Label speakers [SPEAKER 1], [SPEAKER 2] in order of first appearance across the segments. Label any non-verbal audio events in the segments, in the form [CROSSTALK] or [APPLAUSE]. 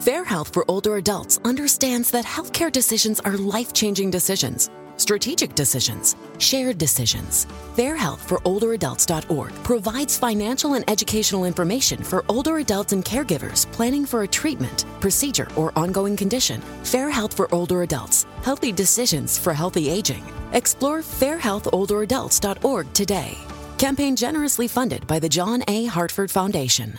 [SPEAKER 1] Fair Health for Older Adults understands that healthcare decisions are life changing decisions, strategic decisions, shared decisions. FairHealthForOlderAdults.org provides financial and educational information for older adults and caregivers planning for a treatment, procedure, or ongoing condition. Fair Health for Older Adults Healthy Decisions for Healthy Aging. Explore FairHealthOlderAdults.org today. Campaign generously funded by the John A. Hartford Foundation.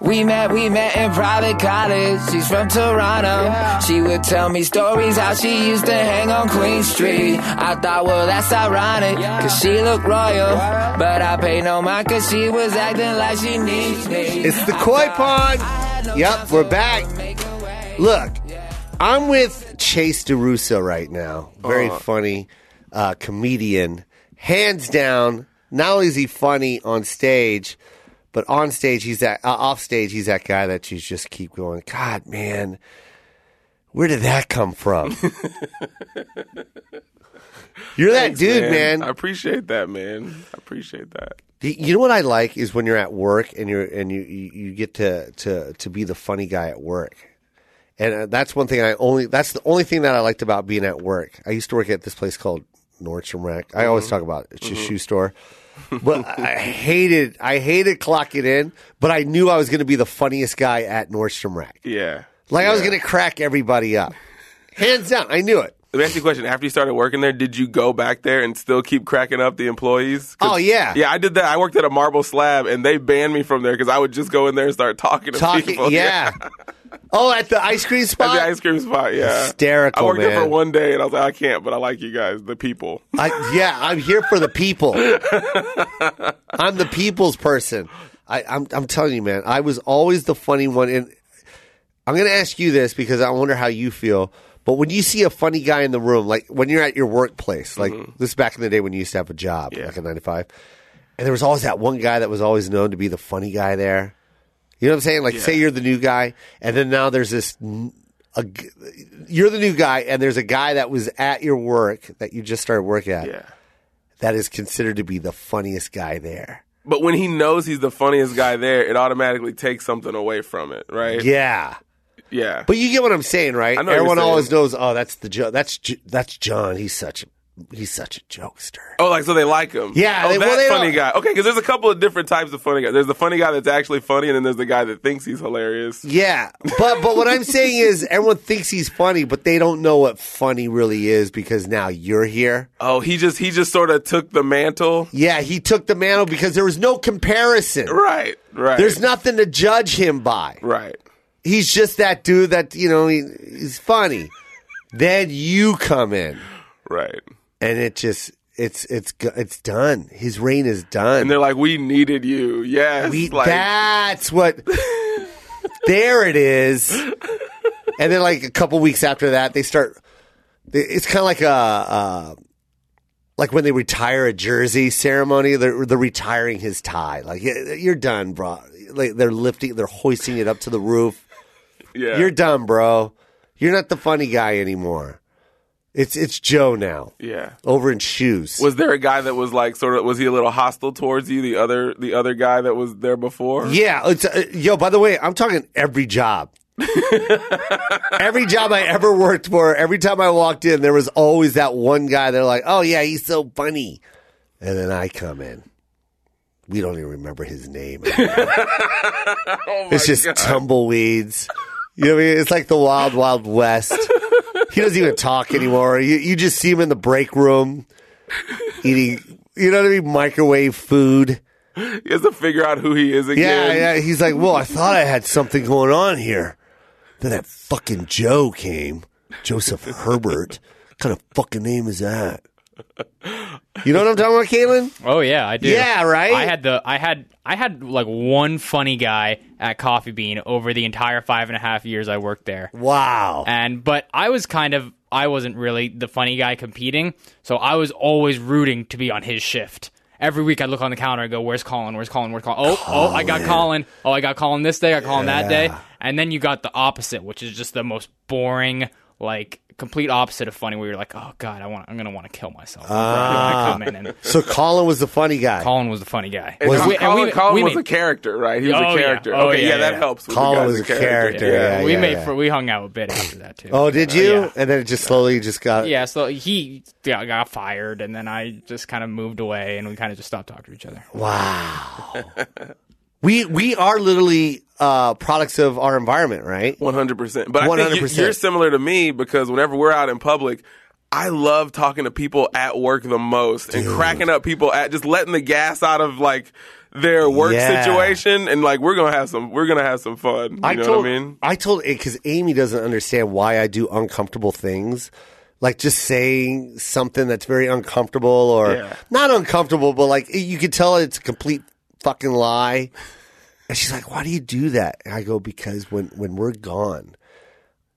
[SPEAKER 2] We met, we met in private college. She's from Toronto. She would tell me stories how she used to hang on Queen Street. I thought, well, that's ironic, cause she looked royal. But I paid no mind cause she was acting like she needs me.
[SPEAKER 3] It's the koi pond. Yep, we're back. Look, I'm with Chase DeRusso right now. Very funny uh, comedian. Hands down, not only is he funny on stage, but on stage he's that uh, off stage he's that guy that you just keep going. God, man, where did that come from? You're that dude, man.
[SPEAKER 4] I appreciate that, man. I appreciate that.
[SPEAKER 3] Y- You know what I like is when you're at work and you're and you you you get to to to be the funny guy at work, and uh, that's one thing I only that's the only thing that I liked about being at work. I used to work at this place called Nordstrom Rack. I
[SPEAKER 4] Mm-hmm.
[SPEAKER 3] always talk about it. It's a shoe store,
[SPEAKER 4] [LAUGHS]
[SPEAKER 3] but I I hated I hated clocking in, but I knew I was going to be the funniest guy at Nordstrom Rack.
[SPEAKER 4] Yeah.
[SPEAKER 3] Like I was going to crack everybody up, hands down. I knew it.
[SPEAKER 4] Let me ask you a question. After you started working there, did you go back there and still keep cracking up the employees? 'Cause-
[SPEAKER 3] Oh yeah,
[SPEAKER 4] Yeah, I did that. I worked at a marble slab, and they banned me from there because I would just go in there and start talking to
[SPEAKER 3] talking.
[SPEAKER 4] people. [LAUGHS]
[SPEAKER 3] Yeah. oh, at the ice cream spot.
[SPEAKER 4] At the ice cream spot, yeah.
[SPEAKER 3] Hysterical,
[SPEAKER 4] I worked there for
[SPEAKER 3] man.
[SPEAKER 4] one day, and I was like, I can't, but I like you guys, the people.
[SPEAKER 3] I, yeah, I'm here for the people. I'm the people's person. I, I'm, I'm telling you, man, I was always the funny one. And I'm going to ask you this because I wonder how you feel. But when you see a funny guy in the room, like when you're at your workplace, like this is back in the day when you used to have a job,
[SPEAKER 4] Mm-hmm. Yeah.
[SPEAKER 3] like a nine to five, and there was always that one guy that was always known to be the funny guy there. You know what I'm saying? Like, say you're the new guy, and then now there's this. n- A, g- you're the new guy, and there's a guy that was at your work that you just started work at
[SPEAKER 4] Yeah.
[SPEAKER 3] that is considered to be the funniest guy there.
[SPEAKER 4] But when he knows he's the funniest guy there, it automatically takes something away from it, right?
[SPEAKER 3] Yeah.
[SPEAKER 4] Yeah.
[SPEAKER 3] But you get what I'm saying, right?
[SPEAKER 4] I know what
[SPEAKER 3] Everyone
[SPEAKER 4] you're saying.
[SPEAKER 3] always knows, oh, that's the jo- that's J- that's John. He's such a he's such a jokester.
[SPEAKER 4] Oh, like so they like him.
[SPEAKER 3] Yeah,
[SPEAKER 4] oh,
[SPEAKER 3] they-
[SPEAKER 4] that
[SPEAKER 3] well, they
[SPEAKER 4] funny
[SPEAKER 3] don't-
[SPEAKER 4] guy. Okay, because there's a couple of different types of funny guys. There's the funny guy that's actually funny, and then there's the guy that thinks he's hilarious.
[SPEAKER 3] Yeah. But but what I'm saying is [LAUGHS] everyone thinks he's funny, but they don't know what funny really is because now you're here.
[SPEAKER 4] Oh, he just he just sort of took the mantle.
[SPEAKER 3] Yeah, he took the mantle because there was no comparison.
[SPEAKER 4] Right, right.
[SPEAKER 3] There's nothing to judge him by.
[SPEAKER 4] right.
[SPEAKER 3] He's just that dude that, you know, he, he's funny. then you come in.
[SPEAKER 4] Right.
[SPEAKER 3] and it just it's it's go- it's done. His reign is done.
[SPEAKER 4] And they're like, "We needed you." Yes.
[SPEAKER 3] We-
[SPEAKER 4] like,
[SPEAKER 3] that's
[SPEAKER 4] [LAUGHS]
[SPEAKER 3] what. there it is. And then, like a couple weeks after that, they start. they- It's kind of like a. Uh, like when they retire a jersey ceremony, they're, they're retiring his tie. Like "Yeah, you're done, bro. Like they're lifting, they're hoisting it up to the roof.
[SPEAKER 4] yeah.
[SPEAKER 3] You're done, bro. You're not the funny guy anymore. It's it's Joe now
[SPEAKER 4] yeah.
[SPEAKER 3] over in shoes.
[SPEAKER 4] Was there a guy that was like sort of was he a little hostile towards you? The other the other guy that was there before.
[SPEAKER 3] Yeah, it's, uh, yo. By the way, I'm talking every
[SPEAKER 4] [LAUGHS]
[SPEAKER 3] job. every job I ever worked for, every time I walked in, there was always that one guy. They're like, "Oh yeah, he's so funny," and then I come in. We don't even remember his name.
[SPEAKER 4] [LAUGHS] Oh my
[SPEAKER 3] It's just
[SPEAKER 4] God.
[SPEAKER 3] tumbleweeds. You know, what I mean? it's like the wild, wild west. He doesn't even talk anymore. You, you just see him in the break room eating. You know what I mean? Microwave food.
[SPEAKER 4] he has to figure out who he is
[SPEAKER 3] Yeah,
[SPEAKER 4] again.
[SPEAKER 3] yeah. He's like, well, I thought I had something going on here. Then that fucking Joe came, Joseph Herbert. kind of fucking name is that? You know what I'm talking about, Caitlin?
[SPEAKER 5] Oh yeah, I do.
[SPEAKER 3] Yeah, right?
[SPEAKER 5] I had the I had I had like one funny guy at Coffee Bean over the entire five and a half years I worked there.
[SPEAKER 3] Wow.
[SPEAKER 5] And but I was kind of I wasn't really the funny guy competing, so I was always rooting to be on his shift. Every week I'd look on the counter and go, "Where's Colin? Where's Colin? Where's Colin? Oh, oh, I got Colin. Oh, I got Colin this day. I got Colin that day." And then you got the opposite, which is just the most boring, like complete opposite of funny. Where you're like, "Oh God, I want, I'm gonna want to kill myself."
[SPEAKER 3] Ah.
[SPEAKER 5] I come in and
[SPEAKER 3] So Colin was the funny guy.
[SPEAKER 5] Colin was the funny guy.
[SPEAKER 4] And
[SPEAKER 5] And
[SPEAKER 4] Colin,
[SPEAKER 5] we- and we-
[SPEAKER 4] Colin
[SPEAKER 5] we
[SPEAKER 4] was
[SPEAKER 5] made-
[SPEAKER 4] a character, right? He was
[SPEAKER 5] Oh,
[SPEAKER 4] a
[SPEAKER 5] yeah.
[SPEAKER 4] character.
[SPEAKER 5] Oh,
[SPEAKER 4] okay, yeah,
[SPEAKER 5] yeah, yeah,
[SPEAKER 4] that
[SPEAKER 5] yeah.
[SPEAKER 4] helps. with the
[SPEAKER 3] Colin
[SPEAKER 4] guy
[SPEAKER 3] was
[SPEAKER 4] as
[SPEAKER 3] a character. Yeah,
[SPEAKER 5] we
[SPEAKER 3] yeah,
[SPEAKER 5] made
[SPEAKER 3] yeah.
[SPEAKER 5] fr- we hung out a bit after that too.
[SPEAKER 3] Oh, did
[SPEAKER 5] Uh,
[SPEAKER 3] you?
[SPEAKER 5] yeah.
[SPEAKER 3] And then it just slowly just got.
[SPEAKER 5] Yeah, so he got, got fired, and then I just kind of moved away, and we kind of just stopped talking to each other.
[SPEAKER 3] Wow. we we are literally uh, products of our environment, right?
[SPEAKER 4] One hundred percent. But I think you-
[SPEAKER 3] 100%.
[SPEAKER 4] you're similar to me because whenever we're out in public, I love talking to people at work the most and cracking up people at just letting the gas out of like their work
[SPEAKER 3] Yeah.
[SPEAKER 4] situation and like we're gonna have some we're gonna have some fun. You know
[SPEAKER 3] told,
[SPEAKER 4] what I mean?
[SPEAKER 3] I told it because Amy doesn't understand why I do uncomfortable things. Like just saying something that's very uncomfortable or
[SPEAKER 4] Yeah.
[SPEAKER 3] not uncomfortable, but like you could tell it's a complete fucking lie. And she's like, why do you do that? And I go, because when, when we're gone,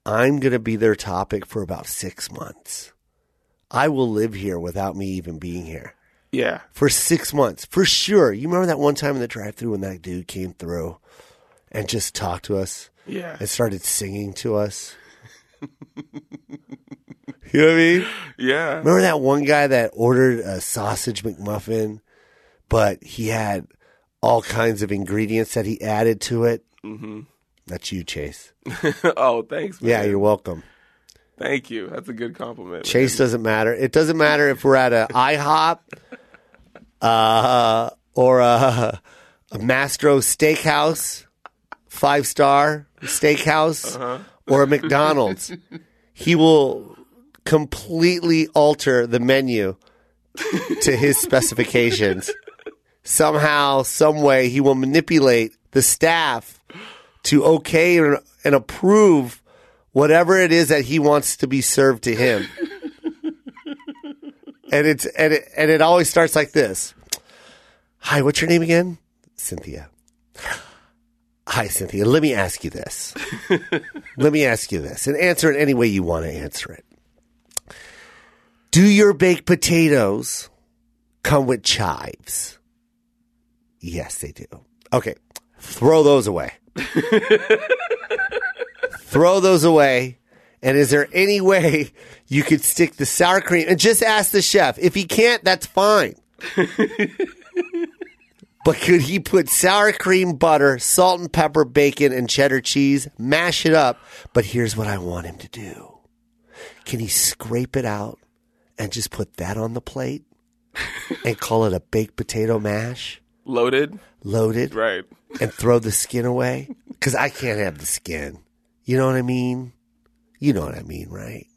[SPEAKER 3] I'm going to be their topic for about six months. I will live here without me even being here
[SPEAKER 4] Yeah.
[SPEAKER 3] for six months for sure. You remember that one time in the drive through when that dude came through and just talked to us?
[SPEAKER 4] Yeah.
[SPEAKER 3] and started singing to us. [LAUGHS] you know what I mean?
[SPEAKER 4] Yeah. [LAUGHS]
[SPEAKER 3] Remember that one guy that ordered a sausage McMuffin, but he had all kinds of ingredients that he added to it? Mm-hmm. That's you, Chase.
[SPEAKER 4] oh, thanks, man.
[SPEAKER 3] Yeah, you're welcome.
[SPEAKER 4] Thank you. That's a good compliment.
[SPEAKER 3] Chase doesn't matter. It doesn't matter if we're at a IHOP uh, or a, a Mastro Steakhouse, five star steakhouse, or a McDonald's. he will completely alter the menu to his specifications. Somehow, some way, he will manipulate the staff to okay and, and approve whatever it is that he wants to be served to him. and it's and it, and it always starts like this. Hi, what's your name again? Cynthia. Hi, Cynthia. Let me ask you this. Let me ask you this, and answer it any way you want to answer it. Do your baked potatoes come with chives? Yes, they do. Okay, throw those away throw those away. And is there any way you could stick the sour cream and just ask the chef? If he can't, that's fine. but could he put sour cream, butter, salt and pepper, bacon, and cheddar cheese, mash it up? But here's what I want him to do can he scrape it out and just put that on the plate and call it a baked potato mash?
[SPEAKER 4] Loaded.
[SPEAKER 3] Loaded
[SPEAKER 4] Right.
[SPEAKER 3] and throw the skin away because I can't have the skin. You know what I mean? You know what I mean, right?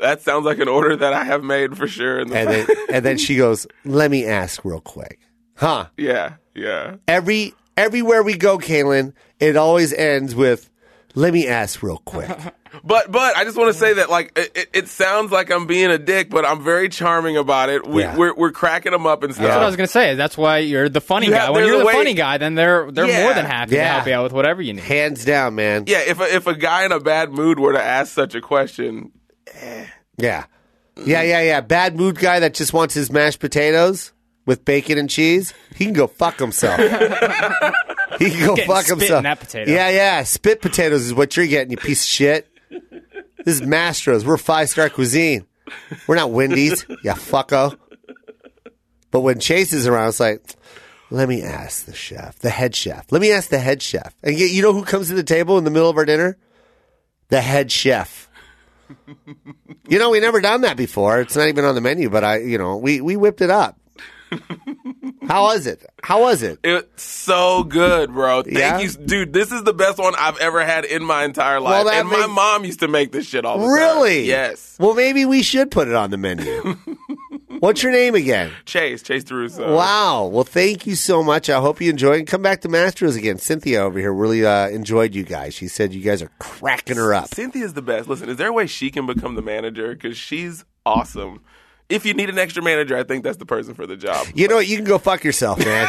[SPEAKER 4] That sounds like an order that I have made for sure. In the
[SPEAKER 3] And
[SPEAKER 4] [LAUGHS]
[SPEAKER 3] then and then she goes, "Let me ask real quick, huh?"
[SPEAKER 4] yeah. Yeah.
[SPEAKER 3] Every everywhere we go, Kaylin, it always ends with, "Let me ask real quick."
[SPEAKER 4] But but I just want to say that like it, it, it sounds like I'm being a dick, but I'm very charming about it. We,
[SPEAKER 3] Yeah.
[SPEAKER 4] We're we're cracking them up and stuff.
[SPEAKER 5] That's what I was gonna say. That's why you're the funny
[SPEAKER 4] You
[SPEAKER 5] guy.
[SPEAKER 4] have-
[SPEAKER 5] when
[SPEAKER 4] there's
[SPEAKER 5] you're
[SPEAKER 4] a
[SPEAKER 5] the
[SPEAKER 4] way-
[SPEAKER 5] funny guy, then they're they're
[SPEAKER 4] Yeah.
[SPEAKER 5] more than happy to
[SPEAKER 3] Yeah.
[SPEAKER 5] help you out with whatever you need.
[SPEAKER 3] Hands down, man.
[SPEAKER 4] Yeah, if a, if a guy in a bad mood were to ask such a question,
[SPEAKER 3] Yeah. Yeah, yeah, yeah. Bad mood guy that just wants his mashed potatoes with bacon and cheese, he can go fuck
[SPEAKER 5] [LAUGHS]
[SPEAKER 3] himself. he can go
[SPEAKER 5] Getting
[SPEAKER 3] fuck
[SPEAKER 5] spit in
[SPEAKER 3] himself.
[SPEAKER 5] that potato.
[SPEAKER 3] Yeah, yeah. Spit potatoes is what you're getting, you piece of shit. This is Mastro's. We're five star cuisine. We're not Wendy's, you fucko. But when Chase is around, it's like, let me ask the chef, the head chef. Let me ask the head chef. And yet, you know who comes to the table in the middle of our dinner? The head chef. You know, we never done that before. It's not even on the menu, but I, you know, we we whipped it up. How was it? How was it?
[SPEAKER 4] it's so good, bro. Thank
[SPEAKER 3] Yeah?
[SPEAKER 4] you, dude. This is the best one I've ever had in my entire life.
[SPEAKER 3] Well, that
[SPEAKER 4] and my
[SPEAKER 3] makes-
[SPEAKER 4] mom used to make this shit all the time.
[SPEAKER 3] Really?
[SPEAKER 4] uh, Yes.
[SPEAKER 3] Well, maybe we should put it on the menu. What's your name again?
[SPEAKER 4] Chase, Chase DeRusso.
[SPEAKER 3] Wow. Well, thank you so much. I hope you enjoyed. And come back to Masters again. Cynthia over here really uh, enjoyed you guys. She said you guys are cracking her up.
[SPEAKER 4] Cynthia's the best. Listen, is there a way she can become the manager? Because she's awesome. if you need an extra manager, I think that's the person for the job.
[SPEAKER 3] You know what? You can go fuck yourself, man.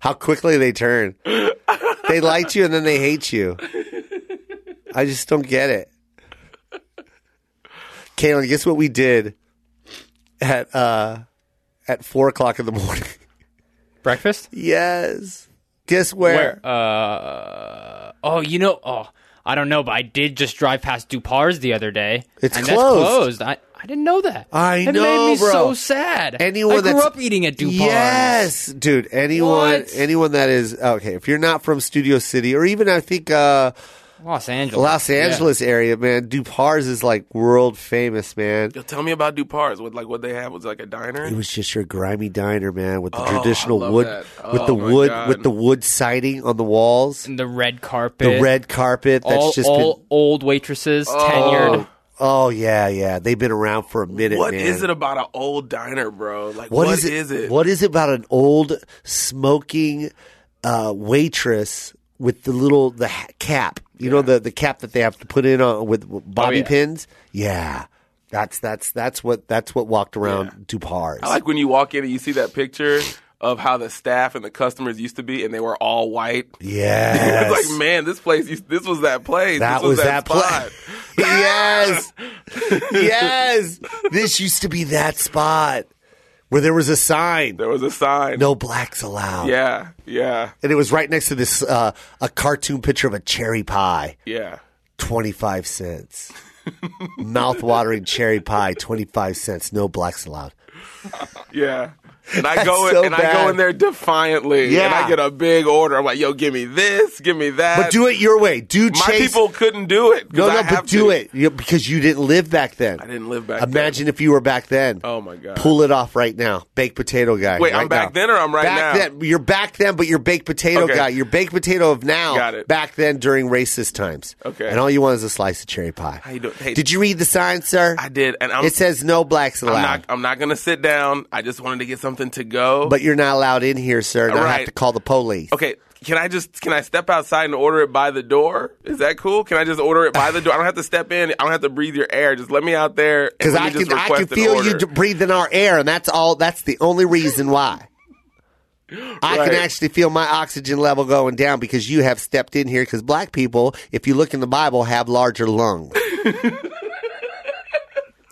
[SPEAKER 3] How quickly they turn. They liked you and then they hate you. I just don't get it. Kaylin, guess what we did at uh, at four o'clock in the morning? [LAUGHS]
[SPEAKER 5] Breakfast?
[SPEAKER 3] yes. Guess where?
[SPEAKER 5] Uh, oh, you know, oh, I don't know, but I did just drive past Dupar's the other day.
[SPEAKER 3] It's
[SPEAKER 5] and
[SPEAKER 3] closed.
[SPEAKER 5] That's closed. I, I didn't know that.
[SPEAKER 3] I
[SPEAKER 5] it
[SPEAKER 3] know,
[SPEAKER 5] made me
[SPEAKER 3] bro.
[SPEAKER 5] so sad.
[SPEAKER 3] Anyone
[SPEAKER 5] I grew
[SPEAKER 3] that's,
[SPEAKER 5] up eating at Dupar's.
[SPEAKER 3] Yes, dude. Anyone,
[SPEAKER 5] What?
[SPEAKER 3] anyone that is okay. If you're not from Studio City or even I think uh,
[SPEAKER 5] Los Angeles.
[SPEAKER 3] Los
[SPEAKER 5] Yeah.
[SPEAKER 3] Angeles area, man, Dupar's is like world famous, man.
[SPEAKER 4] Yo, tell me about Dupar's. What like what they had was it like a diner.
[SPEAKER 3] It was just your grimy diner, man, with the
[SPEAKER 4] Oh, I
[SPEAKER 3] traditional
[SPEAKER 4] love
[SPEAKER 3] wood,
[SPEAKER 4] that.
[SPEAKER 3] with the
[SPEAKER 4] Oh, my
[SPEAKER 3] wood,
[SPEAKER 4] God.
[SPEAKER 3] with the wood siding on the walls,
[SPEAKER 5] And the red carpet.
[SPEAKER 3] the red carpet that's
[SPEAKER 5] all,
[SPEAKER 3] just
[SPEAKER 5] all
[SPEAKER 3] been.
[SPEAKER 5] old waitresses, tenured.
[SPEAKER 3] Oh yeah, yeah. They've been around for a minute.
[SPEAKER 4] What is
[SPEAKER 3] man.
[SPEAKER 4] it about an old diner, bro? Like
[SPEAKER 3] what is it,
[SPEAKER 4] it?
[SPEAKER 3] What is it about an old smoking uh, waitress with the little the ha- cap? You know the the cap that they have to put in on with
[SPEAKER 4] Oh,
[SPEAKER 3] with bobby
[SPEAKER 5] yeah.
[SPEAKER 3] pins. Yeah, that's that's that's what that's what walked around Dupar's.
[SPEAKER 4] I like [LAUGHS] when you walk in and you see that picture of how the staff and the customers used to be, and they were all white. [LAUGHS]
[SPEAKER 3] yes,
[SPEAKER 4] It's like, man, this place, used, this was that place.
[SPEAKER 3] that
[SPEAKER 4] this was, that,
[SPEAKER 3] pla- [LAUGHS]
[SPEAKER 4] spot.
[SPEAKER 3] yes, yes. This used to be that spot where there was a sign:
[SPEAKER 4] There was a sign.
[SPEAKER 3] "No blacks allowed."
[SPEAKER 4] Yeah, yeah,
[SPEAKER 3] and it was right next to this uh, a cartoon picture of a cherry pie.
[SPEAKER 4] yeah.
[SPEAKER 3] 25 cents. Mouth-watering cherry pie, 25 cents. No blacks allowed.
[SPEAKER 4] Yeah. And
[SPEAKER 3] [LAUGHS]
[SPEAKER 4] I
[SPEAKER 3] That's
[SPEAKER 4] go in,
[SPEAKER 3] so
[SPEAKER 4] and I
[SPEAKER 3] bad.
[SPEAKER 4] go in there defiantly, and
[SPEAKER 3] Yeah.
[SPEAKER 4] I get a big order. I'm like, "Yo, give me this, give me that."
[SPEAKER 3] But do it your way. Do
[SPEAKER 4] My
[SPEAKER 3] chase.
[SPEAKER 4] people couldn't do it. 'cause
[SPEAKER 3] no,
[SPEAKER 4] I
[SPEAKER 3] no,
[SPEAKER 4] have
[SPEAKER 3] but do
[SPEAKER 4] to.
[SPEAKER 3] it You- because you didn't live back then.
[SPEAKER 4] I didn't live back. then.
[SPEAKER 3] Imagine if you were back then.
[SPEAKER 4] Oh, my God.
[SPEAKER 3] Pull it off right now, baked potato guy.
[SPEAKER 4] Wait, I'm
[SPEAKER 3] right
[SPEAKER 4] back
[SPEAKER 3] now.
[SPEAKER 4] then or I'm right
[SPEAKER 3] back
[SPEAKER 4] now?
[SPEAKER 3] Then. You're back then, but you're baked potato
[SPEAKER 4] Okay.
[SPEAKER 3] guy. You're baked potato of now.
[SPEAKER 4] Got it.
[SPEAKER 3] Back then during racist times.
[SPEAKER 4] Okay.
[SPEAKER 3] And all you want is a slice of cherry pie.
[SPEAKER 4] How you doing? Hey.
[SPEAKER 3] did you read the sign, sir?
[SPEAKER 4] I did, and I'm.
[SPEAKER 3] it says no blacks allowed.
[SPEAKER 4] I'm not. I'm not gonna sit down. I just wanted to get something to go.
[SPEAKER 3] But you're not allowed in here, sir. And I have
[SPEAKER 4] Right.
[SPEAKER 3] to call the police.
[SPEAKER 4] okay, can I just can I step outside and order it by the door? Is that cool? Can I just order it by the door? I don't have to step in. I don't have to breathe your air. Just let me out there. and
[SPEAKER 3] Because
[SPEAKER 4] let me
[SPEAKER 3] I
[SPEAKER 4] just
[SPEAKER 3] can, I
[SPEAKER 4] request
[SPEAKER 3] can
[SPEAKER 4] an
[SPEAKER 3] feel you
[SPEAKER 4] order.
[SPEAKER 3] d- breathing our air, and that's all. That's the only reason
[SPEAKER 4] [GASPS]
[SPEAKER 3] why. I
[SPEAKER 4] Right.
[SPEAKER 3] can actually feel my oxygen level going down because you have stepped in here. Because black people, if you look in the Bible, have larger
[SPEAKER 4] [LAUGHS]
[SPEAKER 3] lungs.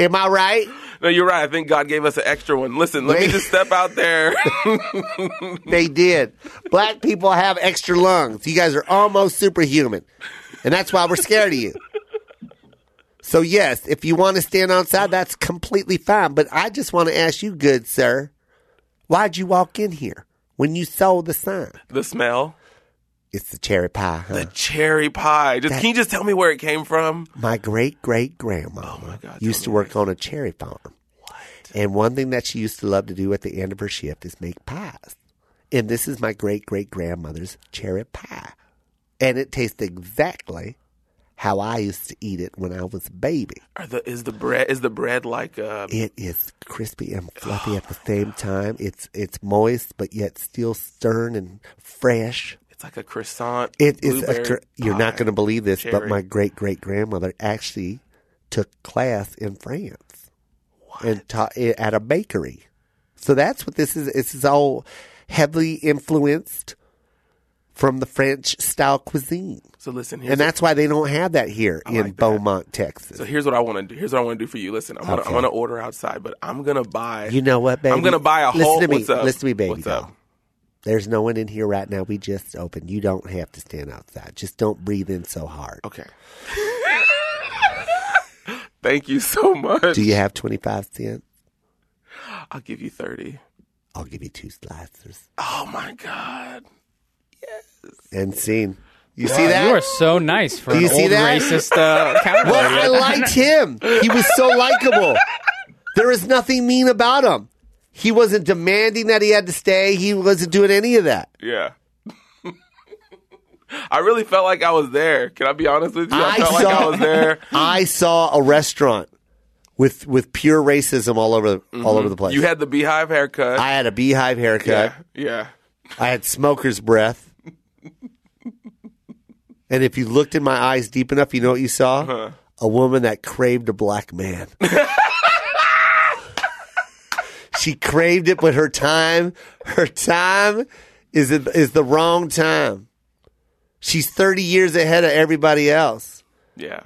[SPEAKER 3] Am I right?
[SPEAKER 4] No, you're right. I think God gave us an extra one. Listen, let me
[SPEAKER 3] Wait.
[SPEAKER 4] just step
[SPEAKER 3] [LAUGHS]
[SPEAKER 4] out there.
[SPEAKER 3] They did. Black people have extra lungs. You guys are almost superhuman, and that's why we're scared of you. So yes, if you want to stand outside, that's completely fine. But I just want to ask you, good sir, why'd you walk in here when you saw the sign?
[SPEAKER 4] the smell,
[SPEAKER 3] It's the cherry pie. Huh?
[SPEAKER 4] the cherry pie. Just can you just tell me where it came from?
[SPEAKER 3] My great great grandma used to work on a cherry farm. And one thing that she used to love to do at the end of her shift is make pies. And this is my great great grandmother's cherry pie. And it tastes exactly how I used to eat it when I was a baby.
[SPEAKER 4] Are the is the bread is the bread like uh
[SPEAKER 3] It is crispy and fluffy at the same time. It's it's moist but yet still stern and fresh.
[SPEAKER 4] it's like a croissant?
[SPEAKER 3] It is a,
[SPEAKER 4] blueberry
[SPEAKER 3] cr- you're not
[SPEAKER 4] pie.
[SPEAKER 3] going to believe this, but
[SPEAKER 4] cherry.
[SPEAKER 3] my great great grandmother actually took class in France and taught it at a bakery. So that's what this is. This is all heavily influenced from the French style cuisine,
[SPEAKER 4] So listen, here's
[SPEAKER 3] and that's why they don't have that here in Beaumont, Texas.
[SPEAKER 4] So here's what I want to do. Here's what I want to do for you. Listen, I'm gonna I'm gonna order outside, but I'm gonna buy.
[SPEAKER 3] you know what, baby?
[SPEAKER 4] I'm gonna buy a
[SPEAKER 3] Listen
[SPEAKER 4] whole.
[SPEAKER 3] To me.
[SPEAKER 4] What's up?
[SPEAKER 3] Listen to me, baby.
[SPEAKER 4] What's up?
[SPEAKER 3] doll. There's no one in here right now. We just opened. You don't have to stand outside. Just don't breathe in so hard.
[SPEAKER 4] Okay. [LAUGHS] Thank you so much.
[SPEAKER 3] Do you have twenty five cents?
[SPEAKER 4] I'll give you thirty.
[SPEAKER 3] I'll give you two slices.
[SPEAKER 4] Oh my god.
[SPEAKER 3] End scene. You see that?
[SPEAKER 5] You are so nice for
[SPEAKER 3] Do you
[SPEAKER 5] an
[SPEAKER 3] see
[SPEAKER 5] old
[SPEAKER 3] that?
[SPEAKER 5] racist uh, counterpart.
[SPEAKER 3] well, I liked him. He was so likable. There is nothing mean about him. He wasn't demanding that he had to stay. He wasn't doing any of that.
[SPEAKER 4] Yeah. [LAUGHS] I really felt like I was there. Can I be honest with you? I,
[SPEAKER 3] I
[SPEAKER 4] felt like I
[SPEAKER 3] saw-
[SPEAKER 4] was there.
[SPEAKER 3] I saw a restaurant with with pure racism all over all over the place.
[SPEAKER 4] Mm-hmm. You had the beehive haircut.
[SPEAKER 3] I had a beehive haircut.
[SPEAKER 4] yeah. Yeah.
[SPEAKER 3] I had smoker's breath. and if you looked in my eyes deep enough, you know what you saw? a woman that craved a black man. she craved it, but her time, her time is is the wrong time. She's 30 years ahead of everybody else.
[SPEAKER 4] Yeah.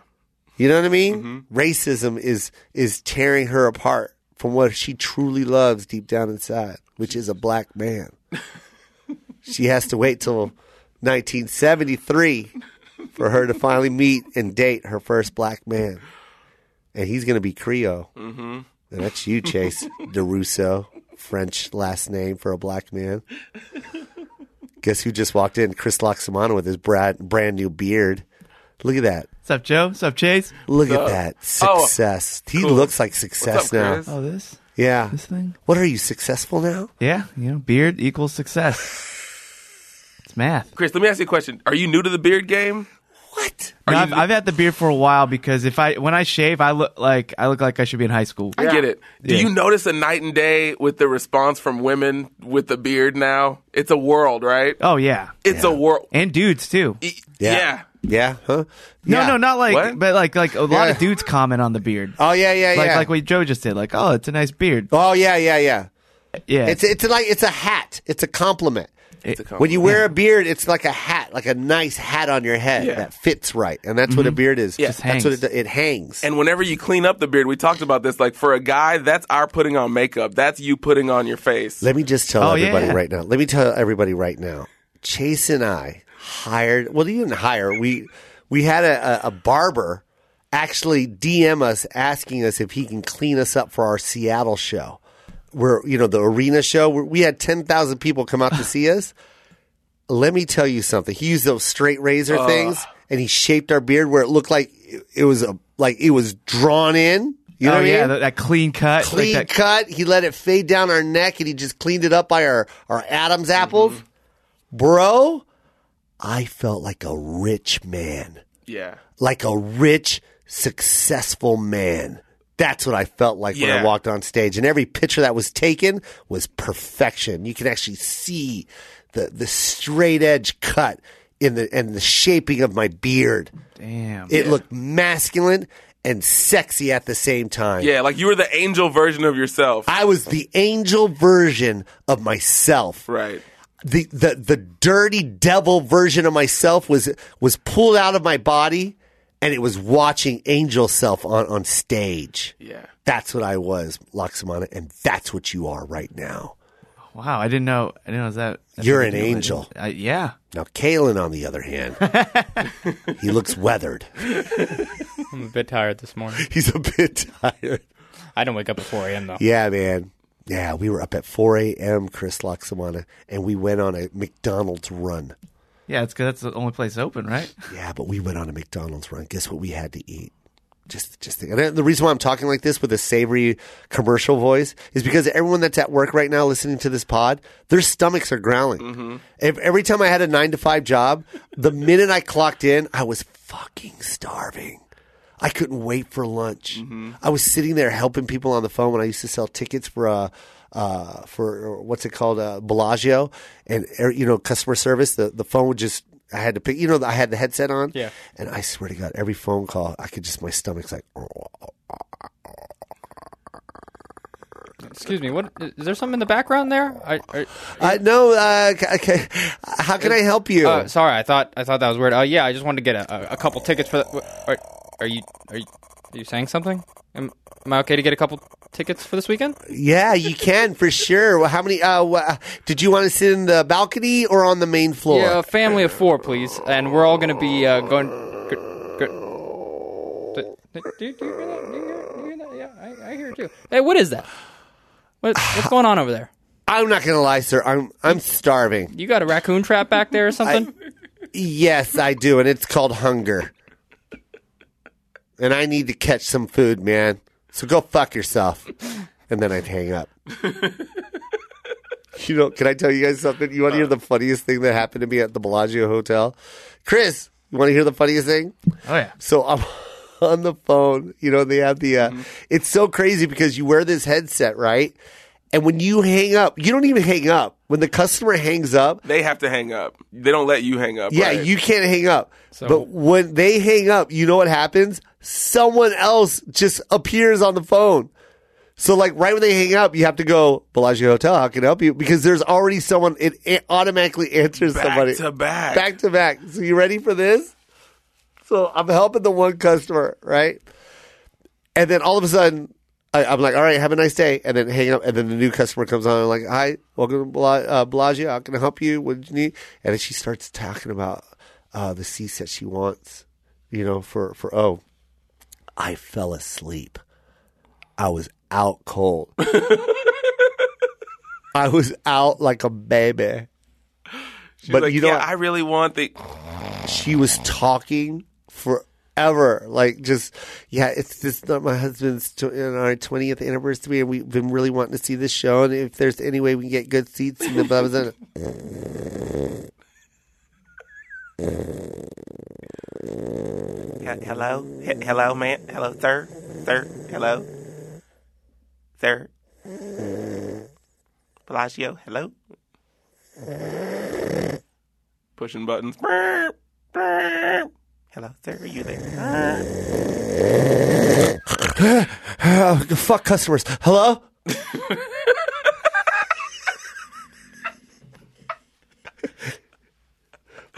[SPEAKER 3] You know what I mean? Racism is is tearing her apart from what she truly loves deep down inside, which is a black man. she has to wait till 1973 for her to finally meet and date her first black man, and he's going to be Creole. Mm-hmm. And that's you, Chase Deruso, French last name for a black man. Guess who just walked in? Chris Loxamana with his brand brand new beard. Look at that.
[SPEAKER 6] What's up, Joe? What's up, Chase?
[SPEAKER 3] Look
[SPEAKER 4] So-
[SPEAKER 3] at that success. he looks like success
[SPEAKER 4] Oh, uh, What's up,
[SPEAKER 3] now.
[SPEAKER 4] Chris?
[SPEAKER 6] Oh, this
[SPEAKER 3] Yeah.
[SPEAKER 6] this thing?
[SPEAKER 3] What are you successful now?
[SPEAKER 6] Yeah, you know, beard equals success. it's math.
[SPEAKER 4] Chris, let me ask you a question. Are you new to the beard game?
[SPEAKER 3] What?
[SPEAKER 6] No,
[SPEAKER 4] you-
[SPEAKER 6] I've, I've had the beard for a while because if I when I shave, I look like I look like I should be in high school.
[SPEAKER 4] I get it. Do
[SPEAKER 6] Yeah.
[SPEAKER 4] you notice a night and day with the response from women with the beard now? It's a world, right?
[SPEAKER 6] Oh yeah,
[SPEAKER 4] It's a world.
[SPEAKER 6] and dudes too.
[SPEAKER 4] E-
[SPEAKER 3] Yeah.
[SPEAKER 4] Yeah.
[SPEAKER 3] Yeah. Huh?
[SPEAKER 6] No,
[SPEAKER 3] Yeah.
[SPEAKER 6] no, not like,
[SPEAKER 4] What?
[SPEAKER 6] but like like a lot of
[SPEAKER 3] Yeah.
[SPEAKER 6] dudes comment on the beard.
[SPEAKER 3] Oh yeah, yeah,
[SPEAKER 6] Like,
[SPEAKER 3] yeah.
[SPEAKER 6] like what Joe just did, like, oh, it's a nice beard.
[SPEAKER 3] oh yeah, yeah, yeah.
[SPEAKER 6] Yeah,
[SPEAKER 3] It's it's like it's a hat. It's a compliment.
[SPEAKER 4] It's a compliment.
[SPEAKER 3] When you wear a beard, it's like a hat, like a nice hat on your head
[SPEAKER 4] Yeah.
[SPEAKER 3] that fits right, and that's what
[SPEAKER 6] Mm-hmm.
[SPEAKER 3] a beard is.
[SPEAKER 4] Yeah.
[SPEAKER 6] Just
[SPEAKER 3] that's what it,
[SPEAKER 6] hangs.
[SPEAKER 3] it hangs.
[SPEAKER 4] and whenever you clean up the beard, we talked about this. Like for a guy, that's our putting on makeup. That's you putting on your face.
[SPEAKER 3] Let me just tell
[SPEAKER 6] Oh,
[SPEAKER 3] everybody
[SPEAKER 6] yeah.
[SPEAKER 3] right now. Let me tell everybody right now. Chase and I hired. Well, you didn't hire. We we had a, a, a barber actually DM us asking us if he can clean us up for our Seattle show. We're you know the arena show. Where we had ten thousand people
[SPEAKER 6] [LAUGHS]
[SPEAKER 3] come out to see us. Let me tell you something. He used those straight razor
[SPEAKER 6] Uh.
[SPEAKER 3] things, and he shaped our beard where it looked like it- it was a like it was drawn in. You
[SPEAKER 6] oh
[SPEAKER 3] know what I
[SPEAKER 6] yeah,
[SPEAKER 3] mean?
[SPEAKER 6] that, that clean cut, like
[SPEAKER 3] clean
[SPEAKER 6] that-
[SPEAKER 3] cut. He let it fade down our neck, and he just cleaned it up by our our Adam's
[SPEAKER 6] Mm-hmm.
[SPEAKER 3] apples, bro. I felt like a rich man,
[SPEAKER 4] yeah.
[SPEAKER 3] like a rich, successful man. That's what I felt like when I
[SPEAKER 4] Yeah.
[SPEAKER 3] walked on stage, and every picture that was taken was perfection. You can actually see the the straight edge cut in the and the shaping of my beard.
[SPEAKER 6] Damn.
[SPEAKER 3] It looked masculine and sexy at the same time.
[SPEAKER 4] Yeah, like you were the angel version of yourself.
[SPEAKER 3] I was the angel version of myself.
[SPEAKER 4] right.
[SPEAKER 3] The, the the dirty devil version of myself was was pulled out of my body and it was watching angel self on, on stage.
[SPEAKER 4] Yeah.
[SPEAKER 3] That's what I was, Laksamana, and that's what you are right now.
[SPEAKER 6] Wow, I didn't know. I didn't know that. that's
[SPEAKER 3] You're
[SPEAKER 6] a
[SPEAKER 3] an
[SPEAKER 6] big deal. I
[SPEAKER 3] angel.
[SPEAKER 6] didn't- I, yeah.
[SPEAKER 3] Now Kalen on the other hand, he looks weathered.
[SPEAKER 5] I'm a bit tired this morning.
[SPEAKER 3] He's a bit tired.
[SPEAKER 5] I don't wake up at 4
[SPEAKER 3] [LAUGHS]
[SPEAKER 5] a.m. though.
[SPEAKER 3] Yeah, man. Yeah, we were up at 4 a.m., Chris Laksamana, and we went on a McDonald's run.
[SPEAKER 6] Yeah, it's because that's the only place open, right?
[SPEAKER 3] Yeah, but we went on a McDonald's run. Guess what we had to eat? Just, just think. And the reason why I'm talking like this with a savory commercial voice is because everyone that's at work right now listening to this pod, their stomachs are growling. If every time I had a nine to five job, the minute I clocked in, I was fucking starving. I couldn't wait for lunch.
[SPEAKER 5] Mm-hmm.
[SPEAKER 3] I was sitting there helping people on the phone when I used to sell tickets for uh, uh, for uh, what's it called, uh, Bellagio, and er, you know, customer service. The the phone would just I had to pick. You know, I had the headset on.
[SPEAKER 5] Yeah.
[SPEAKER 3] And I swear to God, every phone call, I could just my stomach's like. "Oh,
[SPEAKER 5] Excuse me. What is there something in the background there? I, I,
[SPEAKER 3] I no. Uh, ca- ca- how can I help you?
[SPEAKER 5] uh, sorry, I thought I thought that was weird. Uh, yeah, I just wanted to get a, a, a couple tickets for. The, wh- are, are you are you are you saying something? Am, am I okay to get a couple tickets for this weekend?
[SPEAKER 3] yeah, you can for sure. Well, How many? Uh, wha- did you want to sit in the balcony or on the main floor?
[SPEAKER 5] Yeah, a family of four, please, and we're all going to be uh, going. G- g- do, do, you- do you hear that? Do you hear, do you hear that? Yeah, I, I hear it too. Hey, what is that? What, what's going on over there?
[SPEAKER 3] I'm not gonna lie, sir. I'm I'm starving.
[SPEAKER 5] You got a raccoon trap back there or something?
[SPEAKER 3] Yes, I do, and it's called hunger. And I need to catch some food, man. So go fuck yourself. And then I'd hang up. you know, can I tell you guys something? You want to hear the funniest thing that happened to me at the Bellagio Hotel? Chris, you want to hear the funniest thing?
[SPEAKER 6] Oh yeah.
[SPEAKER 3] So I'm [LAUGHS] on the phone. You know, they have the.
[SPEAKER 6] Mm-hmm.
[SPEAKER 3] Uh, It's so crazy because you wear this headset, right? And when you hang up, you don't even hang up. When the customer hangs up,
[SPEAKER 4] They have to hang up. They don't let you hang up.
[SPEAKER 3] yeah,
[SPEAKER 4] right?
[SPEAKER 3] you can't hang up. but when they hang up, you know what happens? someone else just appears on the phone. So like right when they hang up, you have to go Bellagio Hotel. How can I help you? Because there's already someone. It, it automatically answers
[SPEAKER 4] Back
[SPEAKER 3] somebody
[SPEAKER 4] to back.
[SPEAKER 3] back to back. So you ready for this? So I'm helping the one customer right, and then all of a sudden I, I'm like, all right, have a nice day, and then hang up, and then the new customer comes on. I'm like, hi, welcome to Bla- uh, Bellagio. How can I help you? What do you need? And then she starts talking about uh, the seats that she wants, you know, for for oh, I fell asleep. I was out
[SPEAKER 4] [LAUGHS]
[SPEAKER 3] cold. I was out like a baby.
[SPEAKER 4] She's
[SPEAKER 3] but
[SPEAKER 4] like,
[SPEAKER 3] you know
[SPEAKER 4] yeah,
[SPEAKER 3] what?
[SPEAKER 4] I really want the.
[SPEAKER 3] she was talking forever. Like just yeah, it's just not my husband's tw- and our twentieth anniversary, and we've been really wanting to see this show. And if there's any way we can get good seats, and the blah blah. blah.
[SPEAKER 7] Hello? He- hello, man? Hello, sir? Sir? Hello? Sir? Bellagio, hello?
[SPEAKER 4] Pushing buttons. Burp, burp.
[SPEAKER 7] Hello, sir? Are you there?
[SPEAKER 3] Oh, fuck customers. Hello.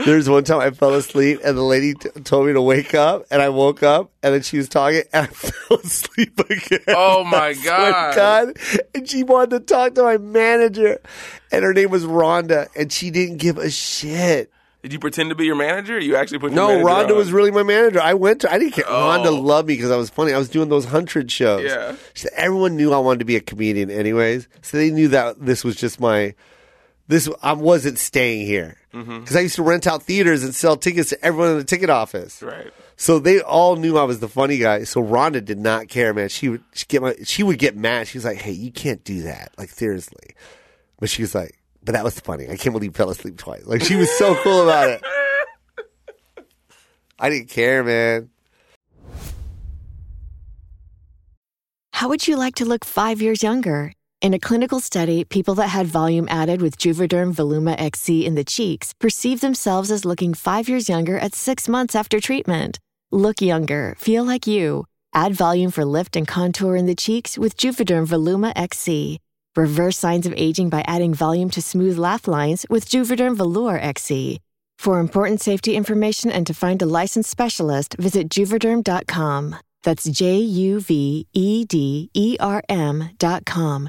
[SPEAKER 3] There's one time I fell asleep and the lady t- told me to wake up, and I woke up, and then she was talking, and I [LAUGHS] fell asleep again.
[SPEAKER 4] Oh my
[SPEAKER 3] swear to
[SPEAKER 4] God.
[SPEAKER 3] God. And she wanted to talk to my manager, and her name was Rhonda, and she didn't give a shit.
[SPEAKER 4] Did you pretend to be your manager? Or you actually put
[SPEAKER 3] No,
[SPEAKER 4] your
[SPEAKER 3] Rhonda
[SPEAKER 4] manager on? Oh.
[SPEAKER 3] was really my manager. I went to, I didn't care. Rhonda loved me because I was funny. I was doing those hundred shows.
[SPEAKER 4] Yeah.
[SPEAKER 3] She said, everyone knew I wanted to be a comedian, anyways. So they knew that this was just my, this, I wasn't staying here. Because
[SPEAKER 4] Mm-hmm.
[SPEAKER 3] I used to rent out theaters and sell tickets to everyone in the ticket office.
[SPEAKER 4] Right.
[SPEAKER 3] So they all knew I was the funny guy. So Rhonda did not care, man. She would she get my she would get mad. She was like, "Hey, you can't do that. Like seriously." But she was like, "But that was funny. I can't believe you fell asleep twice." Like she was so cool about it. I didn't care, man.
[SPEAKER 8] How would you like to look five years younger? In a clinical study, people that had volume added with Juvederm Voluma XC in the cheeks perceived themselves as looking five years younger at six months after treatment. Look younger, feel like you. Add volume for lift and contour in the cheeks with Juvederm Voluma XC. Reverse signs of aging by adding volume to smooth laugh lines with Juvederm Volure XC. For important safety information and to find a licensed specialist, visit juvederm.com. That's J U V E D E R M.com.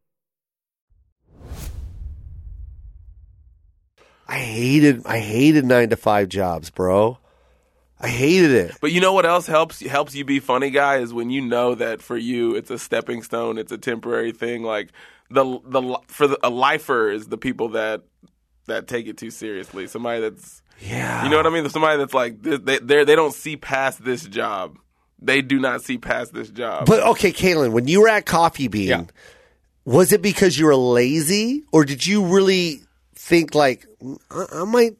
[SPEAKER 3] I hated I hated 9 to 5 jobs, bro. I hated it.
[SPEAKER 4] But you know what else helps helps you be funny guy is when you know that for you it's a stepping stone, it's a temporary thing. Like the the for the, a lifer is the people that that take it too seriously. Somebody that's
[SPEAKER 3] Yeah.
[SPEAKER 4] you know what I mean. Somebody that's like th- they they're- they don't see past this job. They do not see past this job.
[SPEAKER 3] But okay, Kaylin, when you were at Coffee Bean,
[SPEAKER 5] Yeah.
[SPEAKER 3] was it because you were lazy, or did you really think like I, I might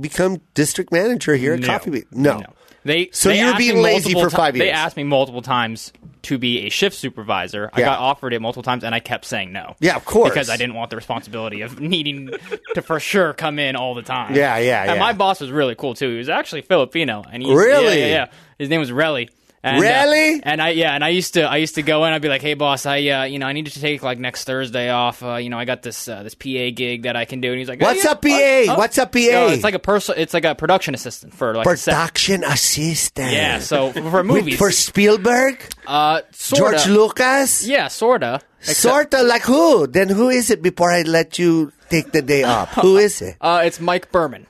[SPEAKER 3] become district manager here at
[SPEAKER 5] No.
[SPEAKER 3] Coffee Bean? No.
[SPEAKER 5] They
[SPEAKER 3] So
[SPEAKER 5] they
[SPEAKER 3] you were
[SPEAKER 5] asked me
[SPEAKER 3] being lazy
[SPEAKER 5] multiple
[SPEAKER 3] for five
[SPEAKER 5] ti- They
[SPEAKER 3] years.
[SPEAKER 5] asked me multiple times to be a shift supervisor. I
[SPEAKER 3] Yeah.
[SPEAKER 5] got offered it multiple times, and I kept saying no.
[SPEAKER 3] Yeah, of course.
[SPEAKER 5] because I didn't want the responsibility of needing to for sure come in all the time.
[SPEAKER 3] Yeah, yeah,
[SPEAKER 5] And
[SPEAKER 3] yeah.
[SPEAKER 5] my boss was really cool too. He was actually Filipino, and he used-
[SPEAKER 3] Really?
[SPEAKER 5] yeah, yeah, yeah. His name was Relly. And, uh,
[SPEAKER 3] Relly?
[SPEAKER 5] and I yeah, and I used to I used to go in. I'd be like, hey boss, I uh, you know I need to take like next Thursday off. Uh, you know I got this uh, this PA gig that I can do. And he's like, "Oh,
[SPEAKER 3] What's
[SPEAKER 5] yeah,
[SPEAKER 3] up, PA?
[SPEAKER 5] oh, oh."
[SPEAKER 3] What's up, PA?
[SPEAKER 5] Yo, it's like a person. It's like a production assistant for like a set-
[SPEAKER 3] Production assistant.
[SPEAKER 5] yeah, so
[SPEAKER 3] [LAUGHS]
[SPEAKER 5] for
[SPEAKER 3] With-
[SPEAKER 5] movies,
[SPEAKER 3] for Spielberg,
[SPEAKER 5] uh, sorta,
[SPEAKER 3] George Lucas,
[SPEAKER 5] yeah, sorta.
[SPEAKER 3] sort of like who? Then who is it? Before I let you take the day
[SPEAKER 5] [LAUGHS]
[SPEAKER 3] off, who is it?
[SPEAKER 5] Uh, it's Mike Berman.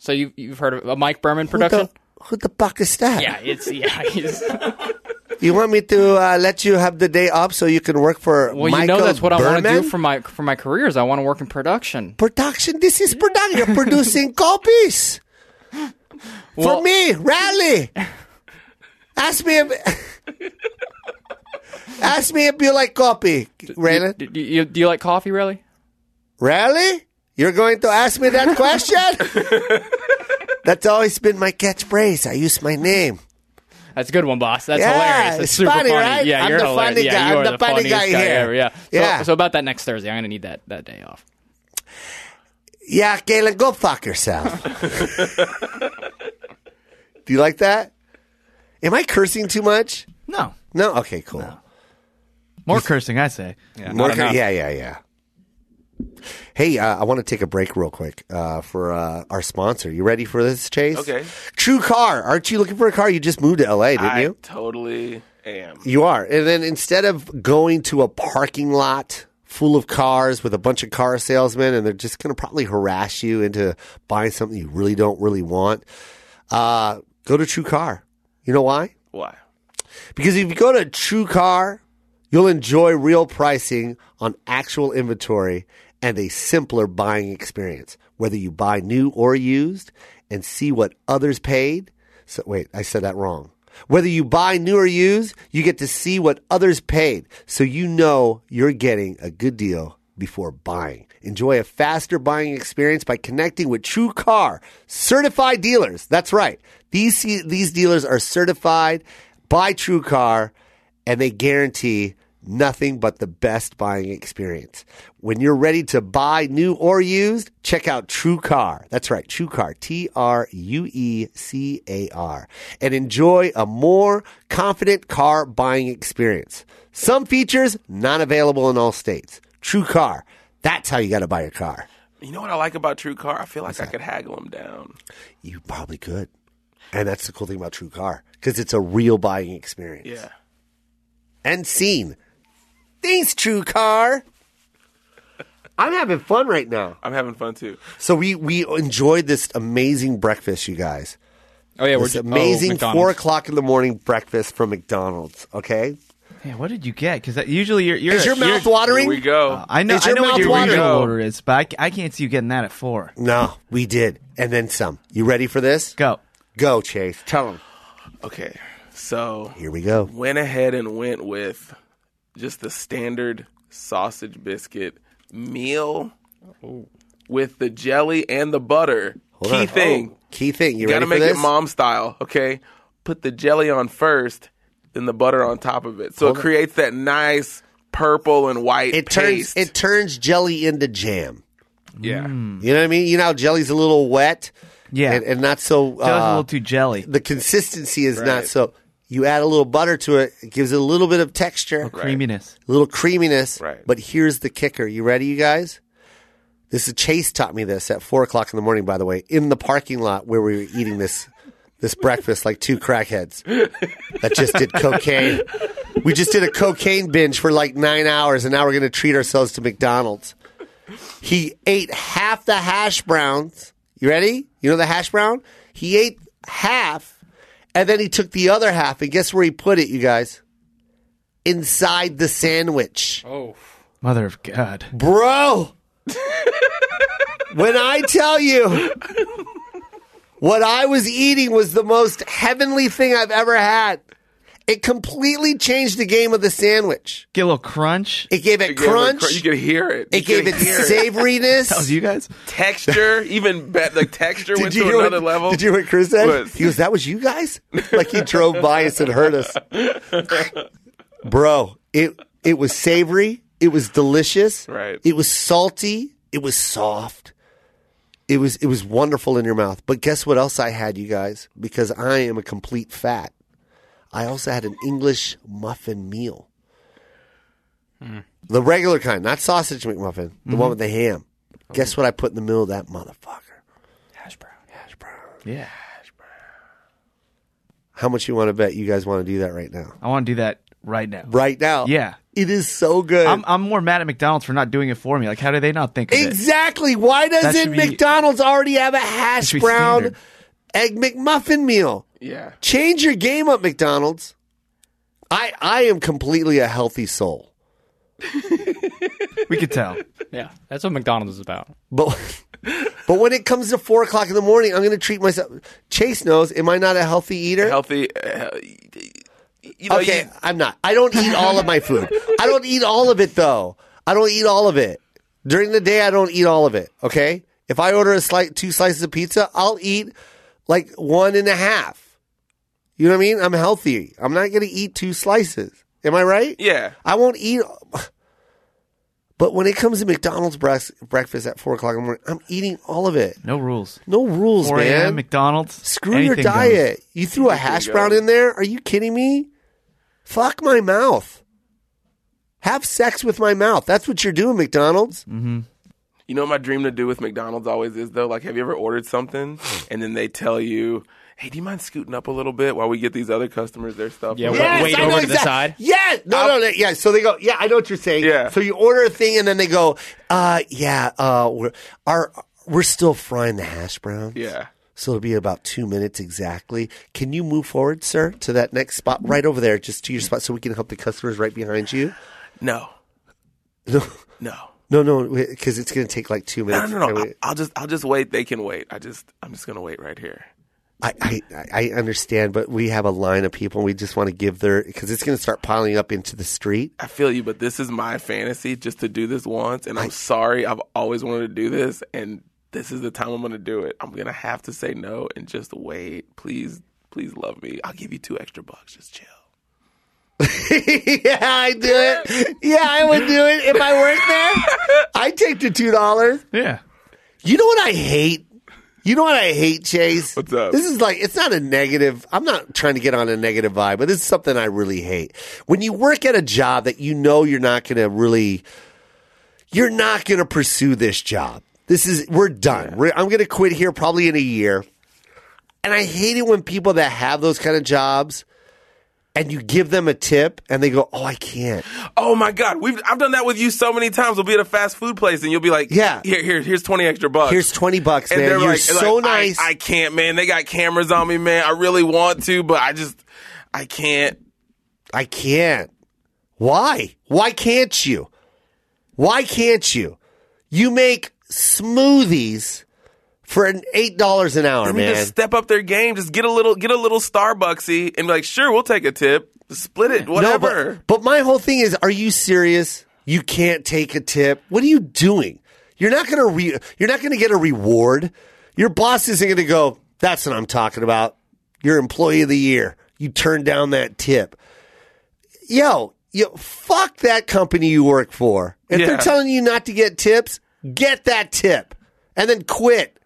[SPEAKER 5] So you you've heard of a Mike Berman
[SPEAKER 3] Who
[SPEAKER 5] production?
[SPEAKER 3] [LAUGHS] the, who the fuck is that?
[SPEAKER 5] Yeah, it's yeah. He's, [LAUGHS]
[SPEAKER 3] You want me to uh, let you have the day off so you can work for
[SPEAKER 5] well, you
[SPEAKER 3] Michael
[SPEAKER 5] know that's what I want to
[SPEAKER 3] Berman?
[SPEAKER 5] do for my for my career is I want to work in production.
[SPEAKER 3] production. This is production. You're producing
[SPEAKER 5] [LAUGHS]
[SPEAKER 3] copies
[SPEAKER 5] Well- [LAUGHS]
[SPEAKER 3] for me. Rally. Ask me. If, Ask me if you like coffee, Raylan.
[SPEAKER 5] Do you, do you like coffee, really?
[SPEAKER 3] Really? You're going to ask me that question?
[SPEAKER 5] [LAUGHS]
[SPEAKER 3] That's always been my catchphrase. I use my name.
[SPEAKER 5] That's a good one, boss. That's
[SPEAKER 3] Yeah,
[SPEAKER 5] hilarious. That's
[SPEAKER 3] it's
[SPEAKER 5] super
[SPEAKER 3] funny,
[SPEAKER 5] funny.
[SPEAKER 3] right?
[SPEAKER 5] Yeah,
[SPEAKER 3] I'm
[SPEAKER 5] you're
[SPEAKER 3] the
[SPEAKER 5] hilarious.
[SPEAKER 3] funny
[SPEAKER 5] yeah,
[SPEAKER 3] guy.
[SPEAKER 5] you
[SPEAKER 3] I'm
[SPEAKER 5] are
[SPEAKER 3] the funny
[SPEAKER 5] funniest
[SPEAKER 3] guy here.
[SPEAKER 5] ever. Yeah. So,
[SPEAKER 3] Yeah.
[SPEAKER 5] so about that next Thursday, I'm gonna need that that day off.
[SPEAKER 3] Yeah, Galen, go fuck yourself. Do you like that? Am I cursing too much?
[SPEAKER 6] No.
[SPEAKER 3] No? Okay, cool.
[SPEAKER 6] More cursing, I say.
[SPEAKER 3] More cur- yeah, yeah, yeah. Hey, uh, I want to take a break real quick uh, for uh, our sponsor. You ready for this, Chase?
[SPEAKER 4] Okay.
[SPEAKER 3] True Car. Aren't you looking for a car? You just moved to LA, didn't
[SPEAKER 4] I
[SPEAKER 3] you?
[SPEAKER 4] totally am.
[SPEAKER 3] You are. And then instead of going to a parking lot full of cars with a bunch of car salesmen and they're just going to probably harass you into buying something you really don't really want, uh, go to True Car. You know why?
[SPEAKER 4] Why?
[SPEAKER 3] Because if you go to True Car, you'll enjoy real pricing on actual inventory and a simpler buying experience, whether you buy new or used and see what others paid. So, wait, I said that wrong. Whether you buy new or used, you get to see what others paid. So you know you're getting a good deal before buying. Enjoy a faster buying experience by connecting with True Car certified dealers. That's right. These these dealers are certified by True Car and they guarantee nothing but the best buying experience. When you're ready to buy new or used, check out True Car. That's right, True Car, T R U E C A R, and enjoy a more confident car buying experience. Some features not available in all states. True Car. That's how you got to buy your car.
[SPEAKER 4] You know what I like about True Car? I feel like I could haggle him down.
[SPEAKER 3] You probably could. And that's the cool thing about True Car because it's a real buying experience.
[SPEAKER 4] Yeah.
[SPEAKER 3] and seen. Thanks, True Car. I'm having fun right now.
[SPEAKER 4] I'm having fun too.
[SPEAKER 3] So we we enjoyed this amazing breakfast, you guys.
[SPEAKER 5] Oh yeah, we're
[SPEAKER 3] this
[SPEAKER 5] ju- oh,
[SPEAKER 3] amazing
[SPEAKER 5] McDonald's.
[SPEAKER 3] four o'clock in the morning breakfast from McDonald's. Okay,
[SPEAKER 6] Yeah, what did you get? Because usually you're, you're
[SPEAKER 3] is your
[SPEAKER 6] you're-
[SPEAKER 3] mouth watering? Uh,
[SPEAKER 4] Here we go.
[SPEAKER 6] I know,
[SPEAKER 3] Is
[SPEAKER 6] I
[SPEAKER 3] your
[SPEAKER 6] know
[SPEAKER 3] mouth
[SPEAKER 6] what your
[SPEAKER 3] watering?
[SPEAKER 6] original order is, but I, c- I can't see you getting that at four.
[SPEAKER 3] No, we did, and then some. You ready for this?
[SPEAKER 6] Go.
[SPEAKER 3] Go, Chase. Tell them.
[SPEAKER 4] okay. So
[SPEAKER 3] Here we go.
[SPEAKER 4] went ahead and went with just the standard sausage biscuit meal with the jelly and the butter. Key
[SPEAKER 3] on. Oh,
[SPEAKER 4] thing.
[SPEAKER 3] Key thing. You
[SPEAKER 4] You
[SPEAKER 3] ready
[SPEAKER 4] gotta
[SPEAKER 3] for
[SPEAKER 4] make
[SPEAKER 3] this?
[SPEAKER 4] it mom style, okay? Put the jelly on first, then the butter on top of it. So it creates that nice purple and white
[SPEAKER 3] it turns
[SPEAKER 4] paste.
[SPEAKER 3] it turns jelly into jam. You
[SPEAKER 4] yeah.
[SPEAKER 3] know what I mean? You know how jelly's a little wet.
[SPEAKER 6] Yeah.
[SPEAKER 3] and, and not so.
[SPEAKER 6] That was a
[SPEAKER 3] uh,
[SPEAKER 6] little too jelly.
[SPEAKER 3] the consistency is not
[SPEAKER 4] Right.
[SPEAKER 3] so. You add a little butter to it, it gives it a little bit of texture,
[SPEAKER 6] Creaminess.
[SPEAKER 3] a little creaminess.
[SPEAKER 4] Right.
[SPEAKER 3] But here's the kicker. You ready, you guys? This is Chase taught me this at four o'clock in the morning. By the way, in the parking lot where we were eating this [LAUGHS] this breakfast, like two crackheads that just did cocaine. We just did a cocaine binge for like nine hours, and now we're going to treat ourselves to McDonald's. He ate half the hash browns. You ready? You know the hash brown? He ate half, and then he took the other half, and guess where he put it, you guys? Inside the sandwich.
[SPEAKER 6] Mother of God.
[SPEAKER 3] Bro, when I tell you what I was eating was the most heavenly thing I've ever had, it completely changed the game of the sandwich.
[SPEAKER 6] Get a little crunch.
[SPEAKER 3] It gave it,
[SPEAKER 4] You gave it
[SPEAKER 3] crunch.
[SPEAKER 4] cr- you could hear it.
[SPEAKER 3] it
[SPEAKER 4] You
[SPEAKER 3] gave it
[SPEAKER 4] could hear
[SPEAKER 6] [LAUGHS]
[SPEAKER 3] savoriness.
[SPEAKER 6] That was you guys?
[SPEAKER 4] texture, even
[SPEAKER 3] [LAUGHS]
[SPEAKER 4] better. The texture went to another
[SPEAKER 3] what,
[SPEAKER 4] level.
[SPEAKER 3] Did you hear what Chris said?
[SPEAKER 4] What?
[SPEAKER 3] He goes, "That was you guys." Like he drove by us and heard us, bro. It it was savory. It was delicious.
[SPEAKER 4] Right.
[SPEAKER 3] It was salty. It was soft. It was it was wonderful in your mouth. But guess what else I had, you guys? Because I am a complete fat. I also had an English muffin meal. The regular kind, not sausage McMuffin, the one with the ham. Guess what I put in the middle of that motherfucker?
[SPEAKER 6] Yeah.
[SPEAKER 3] How much you want to bet you guys want to do that right now?
[SPEAKER 6] I want to do that right now.
[SPEAKER 3] Right now.
[SPEAKER 6] Yeah.
[SPEAKER 3] It is so good.
[SPEAKER 6] I'm, I'm more mad at McDonald's for not doing it for me. Like, how do they not think of it?
[SPEAKER 3] exactly. Why doesn't
[SPEAKER 6] should be-
[SPEAKER 3] McDonald's already have a hash
[SPEAKER 6] should be
[SPEAKER 3] brown
[SPEAKER 6] standard.
[SPEAKER 3] egg McMuffin meal?
[SPEAKER 4] yeah.
[SPEAKER 3] Change your game up, McDonald's. I I am completely a healthy soul.
[SPEAKER 6] We could tell.
[SPEAKER 5] Yeah, that's what McDonald's is about.
[SPEAKER 3] But [LAUGHS] but when it comes to four o'clock in the morning, I'm gonna treat myself Chase knows, am I not a healthy eater?
[SPEAKER 4] Healthy. Uh, you know,
[SPEAKER 3] okay,
[SPEAKER 4] you-
[SPEAKER 3] I'm not. I don't eat all of my food. I don't eat all of it though. I don't eat all of it during the day. I don't eat all of it. Okay, if I order a slight two slices of pizza, I'll eat like one and a half. You know what I mean? I'm healthy. I'm not going to eat two slices. Am I right?
[SPEAKER 4] Yeah.
[SPEAKER 3] I won't eat. But when it comes to McDonald's breas- breakfast at four o'clock in the morning, I'm eating all of it.
[SPEAKER 6] No rules.
[SPEAKER 3] No rules,
[SPEAKER 6] 4
[SPEAKER 3] man.
[SPEAKER 6] a.m. McDonald's.
[SPEAKER 3] Screw your
[SPEAKER 6] anything goes.
[SPEAKER 3] diet. You threw a hash brown in there? Are you kidding me? Fuck my mouth. Have sex with my mouth. That's what you're doing, McDonald's. Mm-hmm.
[SPEAKER 4] You know what my dream to do with McDonald's always is though? Like, have you ever ordered
[SPEAKER 5] [SIGHS]
[SPEAKER 4] something and then they tell you, Hey, do you mind scooting up a little bit while we get these other customers their stuff?
[SPEAKER 5] Yeah, Yes, wait oh. I over know to the exact- side.
[SPEAKER 3] Yeah, no, no, no, yeah. So they go, yeah, I know what you're saying. Yeah. So you order a thing and then they go, uh, yeah, uh, we're, our, we're still frying the hash browns.
[SPEAKER 4] Yeah.
[SPEAKER 3] So it'll be about two minutes exactly. Can you move forward, sir, to that next spot right over there, just to your spot, so we can help the customers right behind you? [LAUGHS]
[SPEAKER 4] No.
[SPEAKER 3] No.
[SPEAKER 4] No.
[SPEAKER 3] No, no, because it's going to take like two
[SPEAKER 4] No,
[SPEAKER 3] minutes.
[SPEAKER 4] no,
[SPEAKER 3] Can
[SPEAKER 4] no.
[SPEAKER 3] we-
[SPEAKER 4] I, I'll just, I'll just wait. They can wait. I just, I'm just gonna wait right here.
[SPEAKER 3] I, I, I understand, but we have a line of people. We just want to give their because it's going to start piling up into the street. [LAUGHS]
[SPEAKER 4] I feel you, but this is my fantasy just to do this once. And I'm sorry, I've always wanted to do this, and this is the time I'm going to do it. I'm going to have to say no and just wait. Please, please love me. I'll give you two extra bucks. Just chill.
[SPEAKER 3] yeah, I do it. Yeah, I would do it if I worked there. I take the two dollars.
[SPEAKER 6] [LAUGHS] Yeah.
[SPEAKER 3] You know what I hate? You know what I hate, Chase? What's
[SPEAKER 4] up?
[SPEAKER 3] This is like it's not a negative. I'm not trying to get on a negative vibe, but this is something I really hate. When you work at a job that you know you're not going to really you're not going to pursue this job. This is we're done. We're, I'm going to quit here probably in a year. And I hate it when people that have those kind of jobs and you give them a tip and they go, "Oh, I can't."
[SPEAKER 4] Oh my God, we've I've done that with you so many times. We'll be at a fast food place, and you'll be like,
[SPEAKER 3] Yeah.
[SPEAKER 4] here, here, here's twenty extra bucks.
[SPEAKER 3] Here's 20 bucks, man. You're so
[SPEAKER 4] I-
[SPEAKER 3] nice.
[SPEAKER 4] I, can't, man. They got cameras on me, man. I really want to, but I just, I can't.
[SPEAKER 3] I can't. Why? Why can't you? Why can't you? You make smoothies for an eight dollars an hour,
[SPEAKER 4] They need
[SPEAKER 3] man.
[SPEAKER 4] to step up their game. Just get a little, get a little Starbucksy, and be like, sure, we'll take a tip. Split it, whatever.
[SPEAKER 3] No, but, but my whole thing is, are you serious? You can't take a tip. What are you doing? You're not gonna re- you're not gonna get a reward. Your boss isn't gonna go. That's what I'm talking about. Your employee of the year. You turned down that tip. Yo, yo, fuck that company you work for. If
[SPEAKER 6] Yeah.
[SPEAKER 3] they're telling you not to get tips, get that tip and then quit.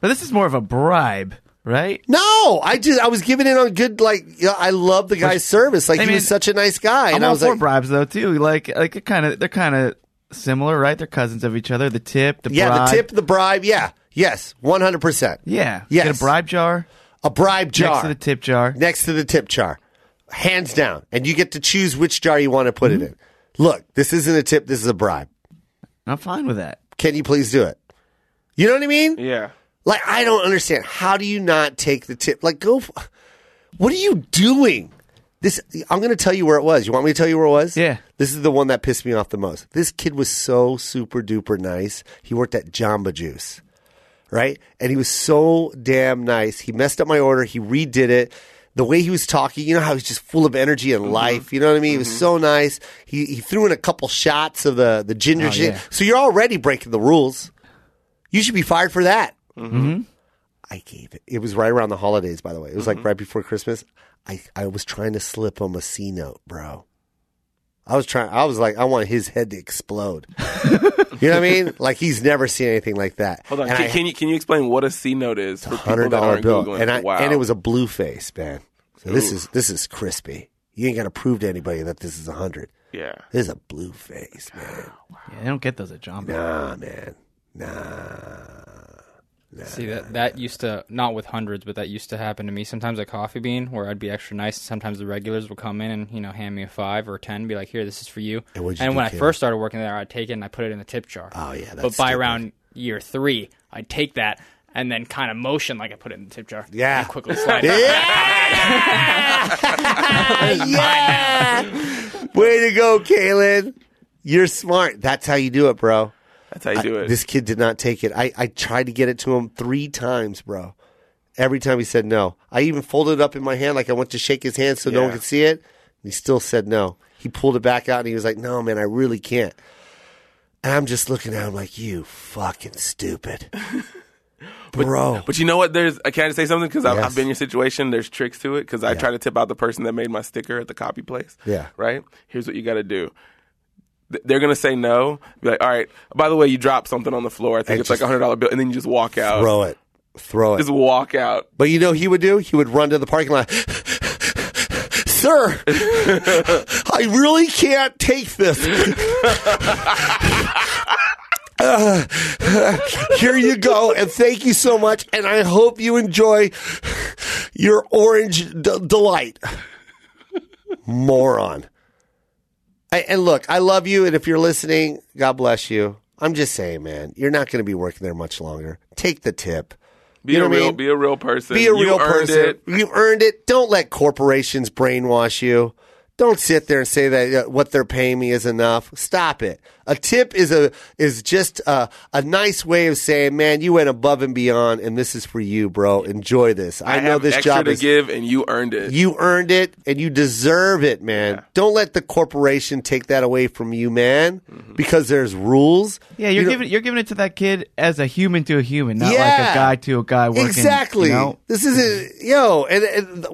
[SPEAKER 6] But this is more of a bribe, right?
[SPEAKER 3] No, I just I was giving it on good. Like you know, I love the guy's service. Like
[SPEAKER 6] I
[SPEAKER 3] he
[SPEAKER 6] mean,
[SPEAKER 3] was such a nice guy,
[SPEAKER 6] I'm
[SPEAKER 3] and
[SPEAKER 6] all
[SPEAKER 3] I was
[SPEAKER 6] for
[SPEAKER 3] like,
[SPEAKER 6] bribes though too. Like like it kind of they're kind of similar, right? They're cousins of each other. The tip, the
[SPEAKER 3] Yeah,
[SPEAKER 6] bribe.
[SPEAKER 3] the tip, the bribe. Yeah, yes, one hundred percent.
[SPEAKER 6] Yeah,
[SPEAKER 3] yes.
[SPEAKER 6] Get a bribe jar.
[SPEAKER 3] A bribe jar
[SPEAKER 6] Next to the tip jar.
[SPEAKER 3] Next to the tip jar, hands down, and you get to choose which jar you want to put
[SPEAKER 6] Mm-hmm.
[SPEAKER 3] it in. Look, this isn't a tip. This is a bribe.
[SPEAKER 6] I'm fine with that.
[SPEAKER 3] Can you please do it? You know what I mean?
[SPEAKER 4] Yeah.
[SPEAKER 3] Like I don't understand. How do you not take the tip? Like go. f- What are you doing? This I'm going to tell you where it was. You want me to tell you where it was? Yeah. This is the one that pissed me off the most. This kid was so super duper nice. He worked at Jamba Juice, right? And he was so damn nice. He messed up my order. He redid it. The way he was talking, you know how he's just full of energy and
[SPEAKER 6] Mm-hmm.
[SPEAKER 3] life. You know what I mean? He was so nice. He he threw in a couple shots of the the ginger.
[SPEAKER 6] Oh,
[SPEAKER 3] gin-
[SPEAKER 6] yeah.
[SPEAKER 3] So you're already breaking the rules. You should be fired for that.
[SPEAKER 6] Mm-hmm.
[SPEAKER 3] I gave it. It was right around the holidays, by the way. It was
[SPEAKER 4] Mm-hmm.
[SPEAKER 3] like right before Christmas. I, I was trying to slip him a C note, bro. I was trying. I was like, I want his head to
[SPEAKER 4] [LAUGHS]
[SPEAKER 3] explode. you know what I mean? Like he's never seen anything like that.
[SPEAKER 4] Hold on.
[SPEAKER 3] And
[SPEAKER 4] Can,
[SPEAKER 3] I-
[SPEAKER 4] can you can you explain what a C note is for people
[SPEAKER 3] hundred
[SPEAKER 4] that
[SPEAKER 3] dollar
[SPEAKER 4] aren't
[SPEAKER 3] bill,
[SPEAKER 4] googling?
[SPEAKER 3] and I,
[SPEAKER 4] wow.
[SPEAKER 3] and it was a blue face, man. So this
[SPEAKER 4] Ooh.
[SPEAKER 3] is this is crispy. You ain't got to prove to anybody that this is a hundred.
[SPEAKER 4] Yeah.
[SPEAKER 3] this is a blue face, man.
[SPEAKER 6] Yeah, they don't get those at Jamba.
[SPEAKER 3] Nah, man. Nah.
[SPEAKER 5] See that that used to not with hundreds, but that used to happen to me sometimes at Coffee Bean, where I'd be extra nice. and Sometimes the regulars would come in and you know hand me a five or a ten, and be like, "Here, this is for you."
[SPEAKER 3] And what'd you do,
[SPEAKER 5] when I
[SPEAKER 3] kid?
[SPEAKER 5] first started working there, I'd take it and I put it in the tip jar. Oh
[SPEAKER 3] yeah, that's
[SPEAKER 5] but by
[SPEAKER 3] stupid.
[SPEAKER 5] around year three, I'd take that and then kind of motion like I put it in the tip jar.
[SPEAKER 3] Yeah.
[SPEAKER 5] and quickly slide.
[SPEAKER 3] Yeah.
[SPEAKER 5] it back.
[SPEAKER 3] [LAUGHS] Way to go, Kalen. You're smart. That's how you do it, bro. That's
[SPEAKER 4] how you do it.
[SPEAKER 3] This kid did not take it. I, I tried to get it to him three times, bro. Every time he said no, I even folded it up in my hand like I went to shake his hand so no one
[SPEAKER 4] Yeah.
[SPEAKER 3] could see it. And he still said no. He pulled it back out and he was like, "No, man, I really can't." And I'm just looking at him like, "You fucking stupid, bro."
[SPEAKER 4] [LAUGHS] But you know what? There's uh, can I say something? Because I've,
[SPEAKER 3] Yes.
[SPEAKER 4] I've been in your situation. There's tricks to it. Because I try to tip out the person that made my sticker at the copy place.
[SPEAKER 3] Yeah.
[SPEAKER 4] Right. Here's what you got to do. Th- They're gonna say no. Be like, all right. By the way, you dropped something on the floor. I think
[SPEAKER 3] And
[SPEAKER 4] it's like a
[SPEAKER 3] just
[SPEAKER 4] hundred dollar bill, and then you just walk out.
[SPEAKER 3] Throw it, throw it.
[SPEAKER 4] Just walk out.
[SPEAKER 3] But you know what he would do? He would run to the parking lot. Sir, I really can't take this. Uh, here you go, and thank you so much. And I hope you enjoy your orange d- delight, moron. I, and look, I love you, and if you're listening, God bless you. I'm just saying, man, you're not going to be working there much longer. Take the tip.
[SPEAKER 4] Be
[SPEAKER 3] You know
[SPEAKER 4] a
[SPEAKER 3] what I
[SPEAKER 4] real.
[SPEAKER 3] mean?
[SPEAKER 4] Be a real person.
[SPEAKER 3] Be a
[SPEAKER 4] You
[SPEAKER 3] real
[SPEAKER 4] earned
[SPEAKER 3] person.
[SPEAKER 4] it.
[SPEAKER 3] You've earned it. Don't let corporations brainwash you. Don't sit there and say that uh, what they're paying me is enough. Stop it. A tip is a is just a, a nice way of saying, man, you went above and beyond, and this is for you, bro. Enjoy this. I, know
[SPEAKER 4] have
[SPEAKER 3] this
[SPEAKER 4] extra
[SPEAKER 3] job
[SPEAKER 4] to
[SPEAKER 3] is
[SPEAKER 4] give, and you earned it.
[SPEAKER 3] you earned it and you deserve it, man. Don't let the corporation take that away from you, man,
[SPEAKER 4] Mm-hmm.
[SPEAKER 3] because there's rules.
[SPEAKER 6] Yeah, you're
[SPEAKER 3] You know-
[SPEAKER 6] giving you're giving it to that kid as a human to a human, not like
[SPEAKER 3] Yeah.
[SPEAKER 6] a guy to a guy working.
[SPEAKER 3] Exactly.
[SPEAKER 6] You know?
[SPEAKER 3] This is a yo, and, and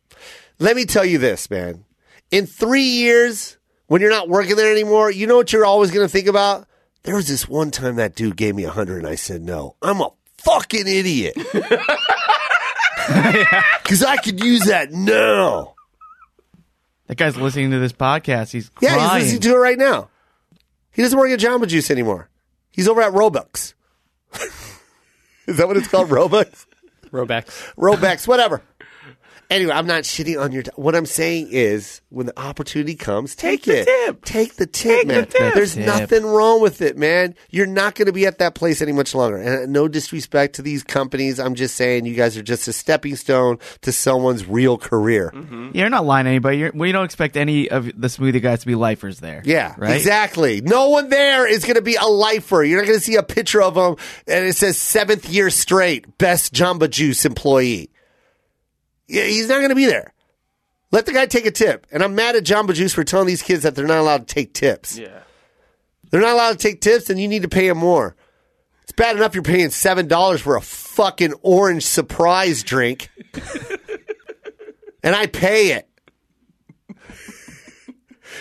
[SPEAKER 3] [SIGHS] let me tell you this, man. In three years, when you're not working there anymore, you know what you're always going to think about? There was this one time that dude gave me a hundred, and I said no. I'm a
[SPEAKER 6] [LAUGHS]
[SPEAKER 3] fucking idiot [LAUGHS] because I could use that now.
[SPEAKER 6] That guy's listening to this podcast. He's
[SPEAKER 3] Yeah,
[SPEAKER 6] crying.
[SPEAKER 3] he's listening to it right now. He doesn't work at Jamba Juice anymore. He's over at Robux. [LAUGHS] Is that what it's called, Robux? [LAUGHS]
[SPEAKER 5] Robex.
[SPEAKER 3] Robex, whatever. Anyway, I'm not shitting on your. T- what I'm saying is, when the opportunity comes, take, it.
[SPEAKER 7] tip.
[SPEAKER 3] Take the tip, man.
[SPEAKER 6] tip.
[SPEAKER 3] There's
[SPEAKER 6] Tip.
[SPEAKER 3] nothing wrong with it, man. You're not going to be at that place any much longer. And uh, no disrespect to these companies. I'm just saying, you guys are just a stepping stone to someone's real career.
[SPEAKER 6] You're not lying to anybody. You're, we don't expect any of the smoothie guys to be lifers there.
[SPEAKER 3] Yeah,
[SPEAKER 6] right.
[SPEAKER 3] exactly. No one there is going to be a lifer. You're not going to see a picture of them and it says seventh year straight, best Jamba Juice employee. Yeah, He's not going to be there. Let the guy take a tip. And I'm mad at Jamba Juice for telling these kids that they're not allowed to take tips.
[SPEAKER 4] Yeah.
[SPEAKER 3] They're not allowed to take tips, and you need to pay them more. It's bad enough you're paying seven dollars for a fucking orange surprise drink, [LAUGHS] and I pay it.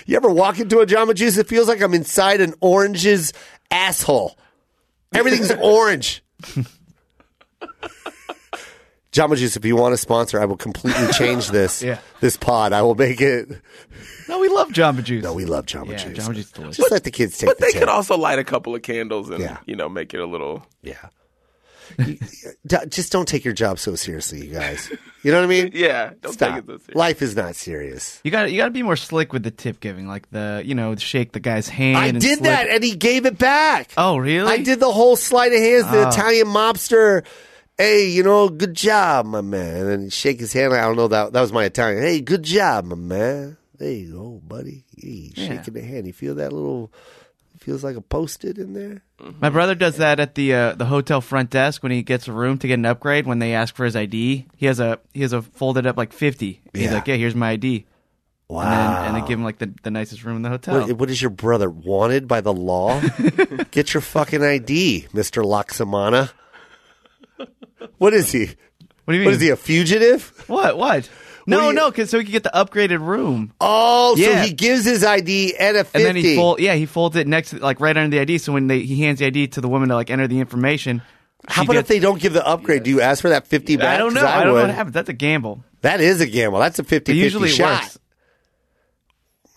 [SPEAKER 3] You ever walk into a Jamba Juice? It feels like I'm inside an orange's asshole.
[SPEAKER 6] [LAUGHS]
[SPEAKER 3] Everything's orange. Jamba Juice, if you want to sponsor, I will completely change this.
[SPEAKER 6] [LAUGHS] Yeah.
[SPEAKER 3] This pod, I will make it.
[SPEAKER 6] No, we love Jamba Juice.
[SPEAKER 3] No, we love Jamba
[SPEAKER 6] yeah,
[SPEAKER 3] Juice.
[SPEAKER 6] Jamba Juice is delicious.
[SPEAKER 3] Just let the kids take.
[SPEAKER 4] But
[SPEAKER 3] the
[SPEAKER 4] they
[SPEAKER 3] tip.
[SPEAKER 4] could also light a couple of candles and
[SPEAKER 3] Yeah.
[SPEAKER 4] you know make it a little.
[SPEAKER 3] Yeah. You- d- just don't take your job so seriously, you guys. You know what I mean?
[SPEAKER 4] [LAUGHS] Yeah. Don't
[SPEAKER 3] Stop.
[SPEAKER 4] take it so serious.
[SPEAKER 3] Life is not serious.
[SPEAKER 6] You got you got to be more slick with the tip giving, like the you know shake the guy's hand.
[SPEAKER 3] I
[SPEAKER 6] and
[SPEAKER 3] did
[SPEAKER 6] slick-
[SPEAKER 3] that, and he gave it back.
[SPEAKER 6] Oh, really? Oh.
[SPEAKER 3] I did the whole sleight of hands, the Italian mobster. Hey, you know, good job, my man. And then shake his hand. I don't know that that was my Italian. Hey, good job, my man. There you go, buddy. Hey, shaking the hand. You feel that little? Feels like a post-it in there.
[SPEAKER 6] My brother does that at the uh, the hotel front desk when he gets a room to get an upgrade. When they ask for his ID, he has a he has a folded up like fifty. He's
[SPEAKER 3] Yeah.
[SPEAKER 6] like, yeah, here's my ID.
[SPEAKER 3] Wow.
[SPEAKER 6] And, then, and they give him like the, the nicest room in the hotel.
[SPEAKER 3] What, what is your brother wanted by
[SPEAKER 6] [LAUGHS]
[SPEAKER 3] the law? Get your fucking ID, Mister Laksamana. What is he?
[SPEAKER 6] What do you mean?
[SPEAKER 3] What is he? A fugitive?
[SPEAKER 6] What? What? No,
[SPEAKER 3] you-
[SPEAKER 6] no, because so he could get the upgraded room,
[SPEAKER 3] Oh,
[SPEAKER 6] Yeah.
[SPEAKER 3] so he gives his ID and a fifty.
[SPEAKER 6] and then he fold. Yeah, he folds it next, to- like right under the ID. So when they, he hands the ID to the woman to like enter the information,
[SPEAKER 3] How
[SPEAKER 6] she
[SPEAKER 3] about if
[SPEAKER 6] gets-
[SPEAKER 3] they don't give the upgrade? Do you ask for that fifty back?
[SPEAKER 6] I don't
[SPEAKER 3] 'Cause
[SPEAKER 6] know. I, don't know
[SPEAKER 3] would.
[SPEAKER 6] what happens. That's a gamble.
[SPEAKER 3] That is a gamble. That's a 50-50
[SPEAKER 6] But usually it
[SPEAKER 3] shot.
[SPEAKER 6] works.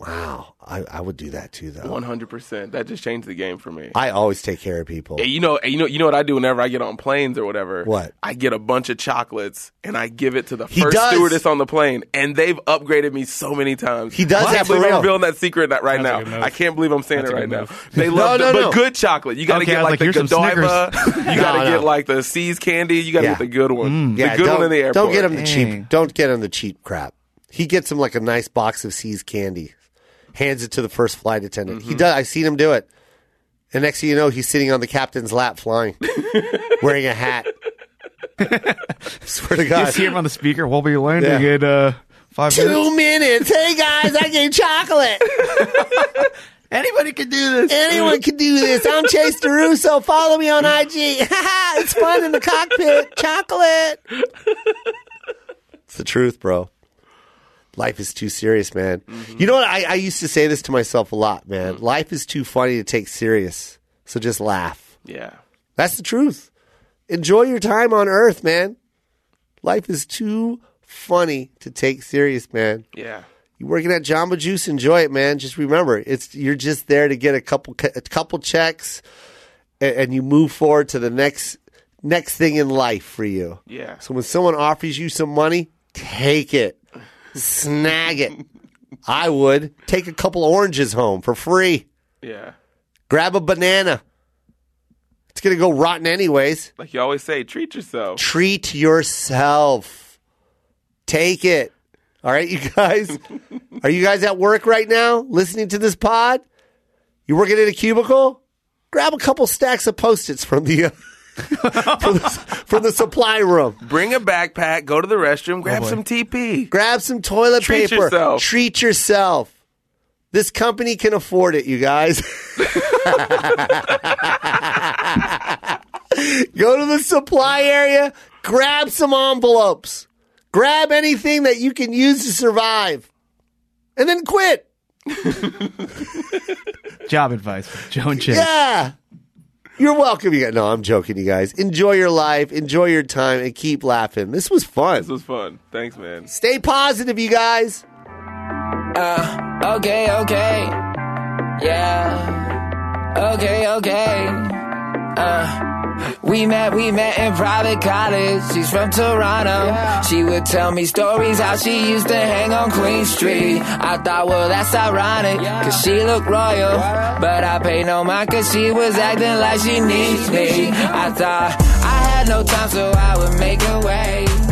[SPEAKER 3] Wow, I, I would do that too, though.
[SPEAKER 4] One hundred percent. That just changed the game for me.
[SPEAKER 3] I always take care of people.
[SPEAKER 4] Hey, you know, you know, you know what I do whenever I get on planes or whatever.
[SPEAKER 3] What?
[SPEAKER 4] I get a bunch of chocolates and I give it to the
[SPEAKER 3] He
[SPEAKER 4] first
[SPEAKER 3] does.
[SPEAKER 4] stewardess on the plane, and they've upgraded me so many times.
[SPEAKER 3] He does
[SPEAKER 4] I
[SPEAKER 3] that
[SPEAKER 4] can't
[SPEAKER 3] for
[SPEAKER 4] believe
[SPEAKER 3] real.
[SPEAKER 4] I'm revealing that secret that right
[SPEAKER 5] That's a good
[SPEAKER 4] now.
[SPEAKER 5] move.
[SPEAKER 4] I can't believe I'm saying
[SPEAKER 5] That's
[SPEAKER 4] it
[SPEAKER 5] a
[SPEAKER 4] right
[SPEAKER 5] good
[SPEAKER 4] now.
[SPEAKER 5] move.
[SPEAKER 3] [LAUGHS]
[SPEAKER 4] They
[SPEAKER 3] No,
[SPEAKER 4] love,
[SPEAKER 3] no,
[SPEAKER 4] the,
[SPEAKER 3] no.
[SPEAKER 4] but good chocolate. You got to
[SPEAKER 6] Okay, I
[SPEAKER 4] get
[SPEAKER 6] was
[SPEAKER 4] like,
[SPEAKER 6] like,
[SPEAKER 4] the
[SPEAKER 6] "Here's some
[SPEAKER 4] Godiva.
[SPEAKER 6] Snickers."
[SPEAKER 4] you got
[SPEAKER 3] [LAUGHS]
[SPEAKER 4] to
[SPEAKER 3] No, no.
[SPEAKER 4] get like the C's candy. You got to
[SPEAKER 3] Yeah. Mm.
[SPEAKER 4] get the good one.
[SPEAKER 3] yeah,
[SPEAKER 4] the good
[SPEAKER 3] don't,
[SPEAKER 4] one in the airport.
[SPEAKER 3] Don't get him the cheap.
[SPEAKER 6] Dang.
[SPEAKER 3] Don't get him the cheap crap. He gets him like a nice box of C's candy, hands it to the first flight attendant.
[SPEAKER 6] Mm-hmm.
[SPEAKER 3] He does. I've seen him do it.
[SPEAKER 6] [LAUGHS]
[SPEAKER 3] And next thing you know, he's sitting on the captain's lap, flying, wearing a hat. Swear to
[SPEAKER 6] You
[SPEAKER 3] God.
[SPEAKER 6] see him on the speaker. We'll be landing
[SPEAKER 3] Yeah.
[SPEAKER 6] in uh, five minutes.
[SPEAKER 3] Two minutes. Hey guys, I get chocolate.
[SPEAKER 6] Anybody can do this.
[SPEAKER 3] Anyone can do this. I'm Chase DeRusso. Follow me on IG. [LAUGHS] it's fun in the cockpit. Chocolate. It's the truth, bro. Life is too serious, man. You know what? I, I used to say this to myself a lot, man. Life is too funny to take serious. So just laugh.
[SPEAKER 4] Yeah.
[SPEAKER 3] That's the truth. Enjoy your time on earth, man. Life is too funny to take serious, man.
[SPEAKER 4] Yeah.
[SPEAKER 3] You're working at Jamba Juice, enjoy it, man. Just remember, it's you're just there to get a couple a couple checks, and, and you move forward to the next next thing in life for you.
[SPEAKER 4] Yeah.
[SPEAKER 3] So when someone offers you some money, take it, snag it. I would take a couple oranges home for free.
[SPEAKER 4] Yeah.
[SPEAKER 3] Grab a banana. It's gonna go rotten anyways.
[SPEAKER 4] Like you always say, treat yourself.
[SPEAKER 3] Treat yourself. Take it. All right, you guys. Are you guys at work right now listening to this pod? You working in a cubicle? Grab a couple stacks of post-its from the, uh, [LAUGHS] from, the from the supply room.
[SPEAKER 4] Bring a backpack, go to the restroom, grab some TP.
[SPEAKER 3] Grab some toilet
[SPEAKER 4] Treat
[SPEAKER 3] paper.
[SPEAKER 4] yourself.
[SPEAKER 3] Treat yourself. This company can afford it, you guys. [LAUGHS] Go to the supply area, grab some envelopes, grab anything that you can use to survive, and then quit.
[SPEAKER 6] Job advice, from Joe and Chase.
[SPEAKER 3] Yeah. You're welcome, you guys. No, I'm joking, you guys. Enjoy your life, enjoy your time, and keep laughing. This was
[SPEAKER 4] This
[SPEAKER 3] fun.
[SPEAKER 4] was fun. Thanks, man.
[SPEAKER 3] Stay positive, you guys.
[SPEAKER 2] Uh, okay, okay. Yeah. Okay, okay. Uh, we met, we met in private college. She's from Toronto. She would tell me stories how she used to hang on Queen Street. I thought, well, that's ironic, cause she looked royal. But I paid no mind cause she was acting like she needs me. I thought I had no time, so I would make a way.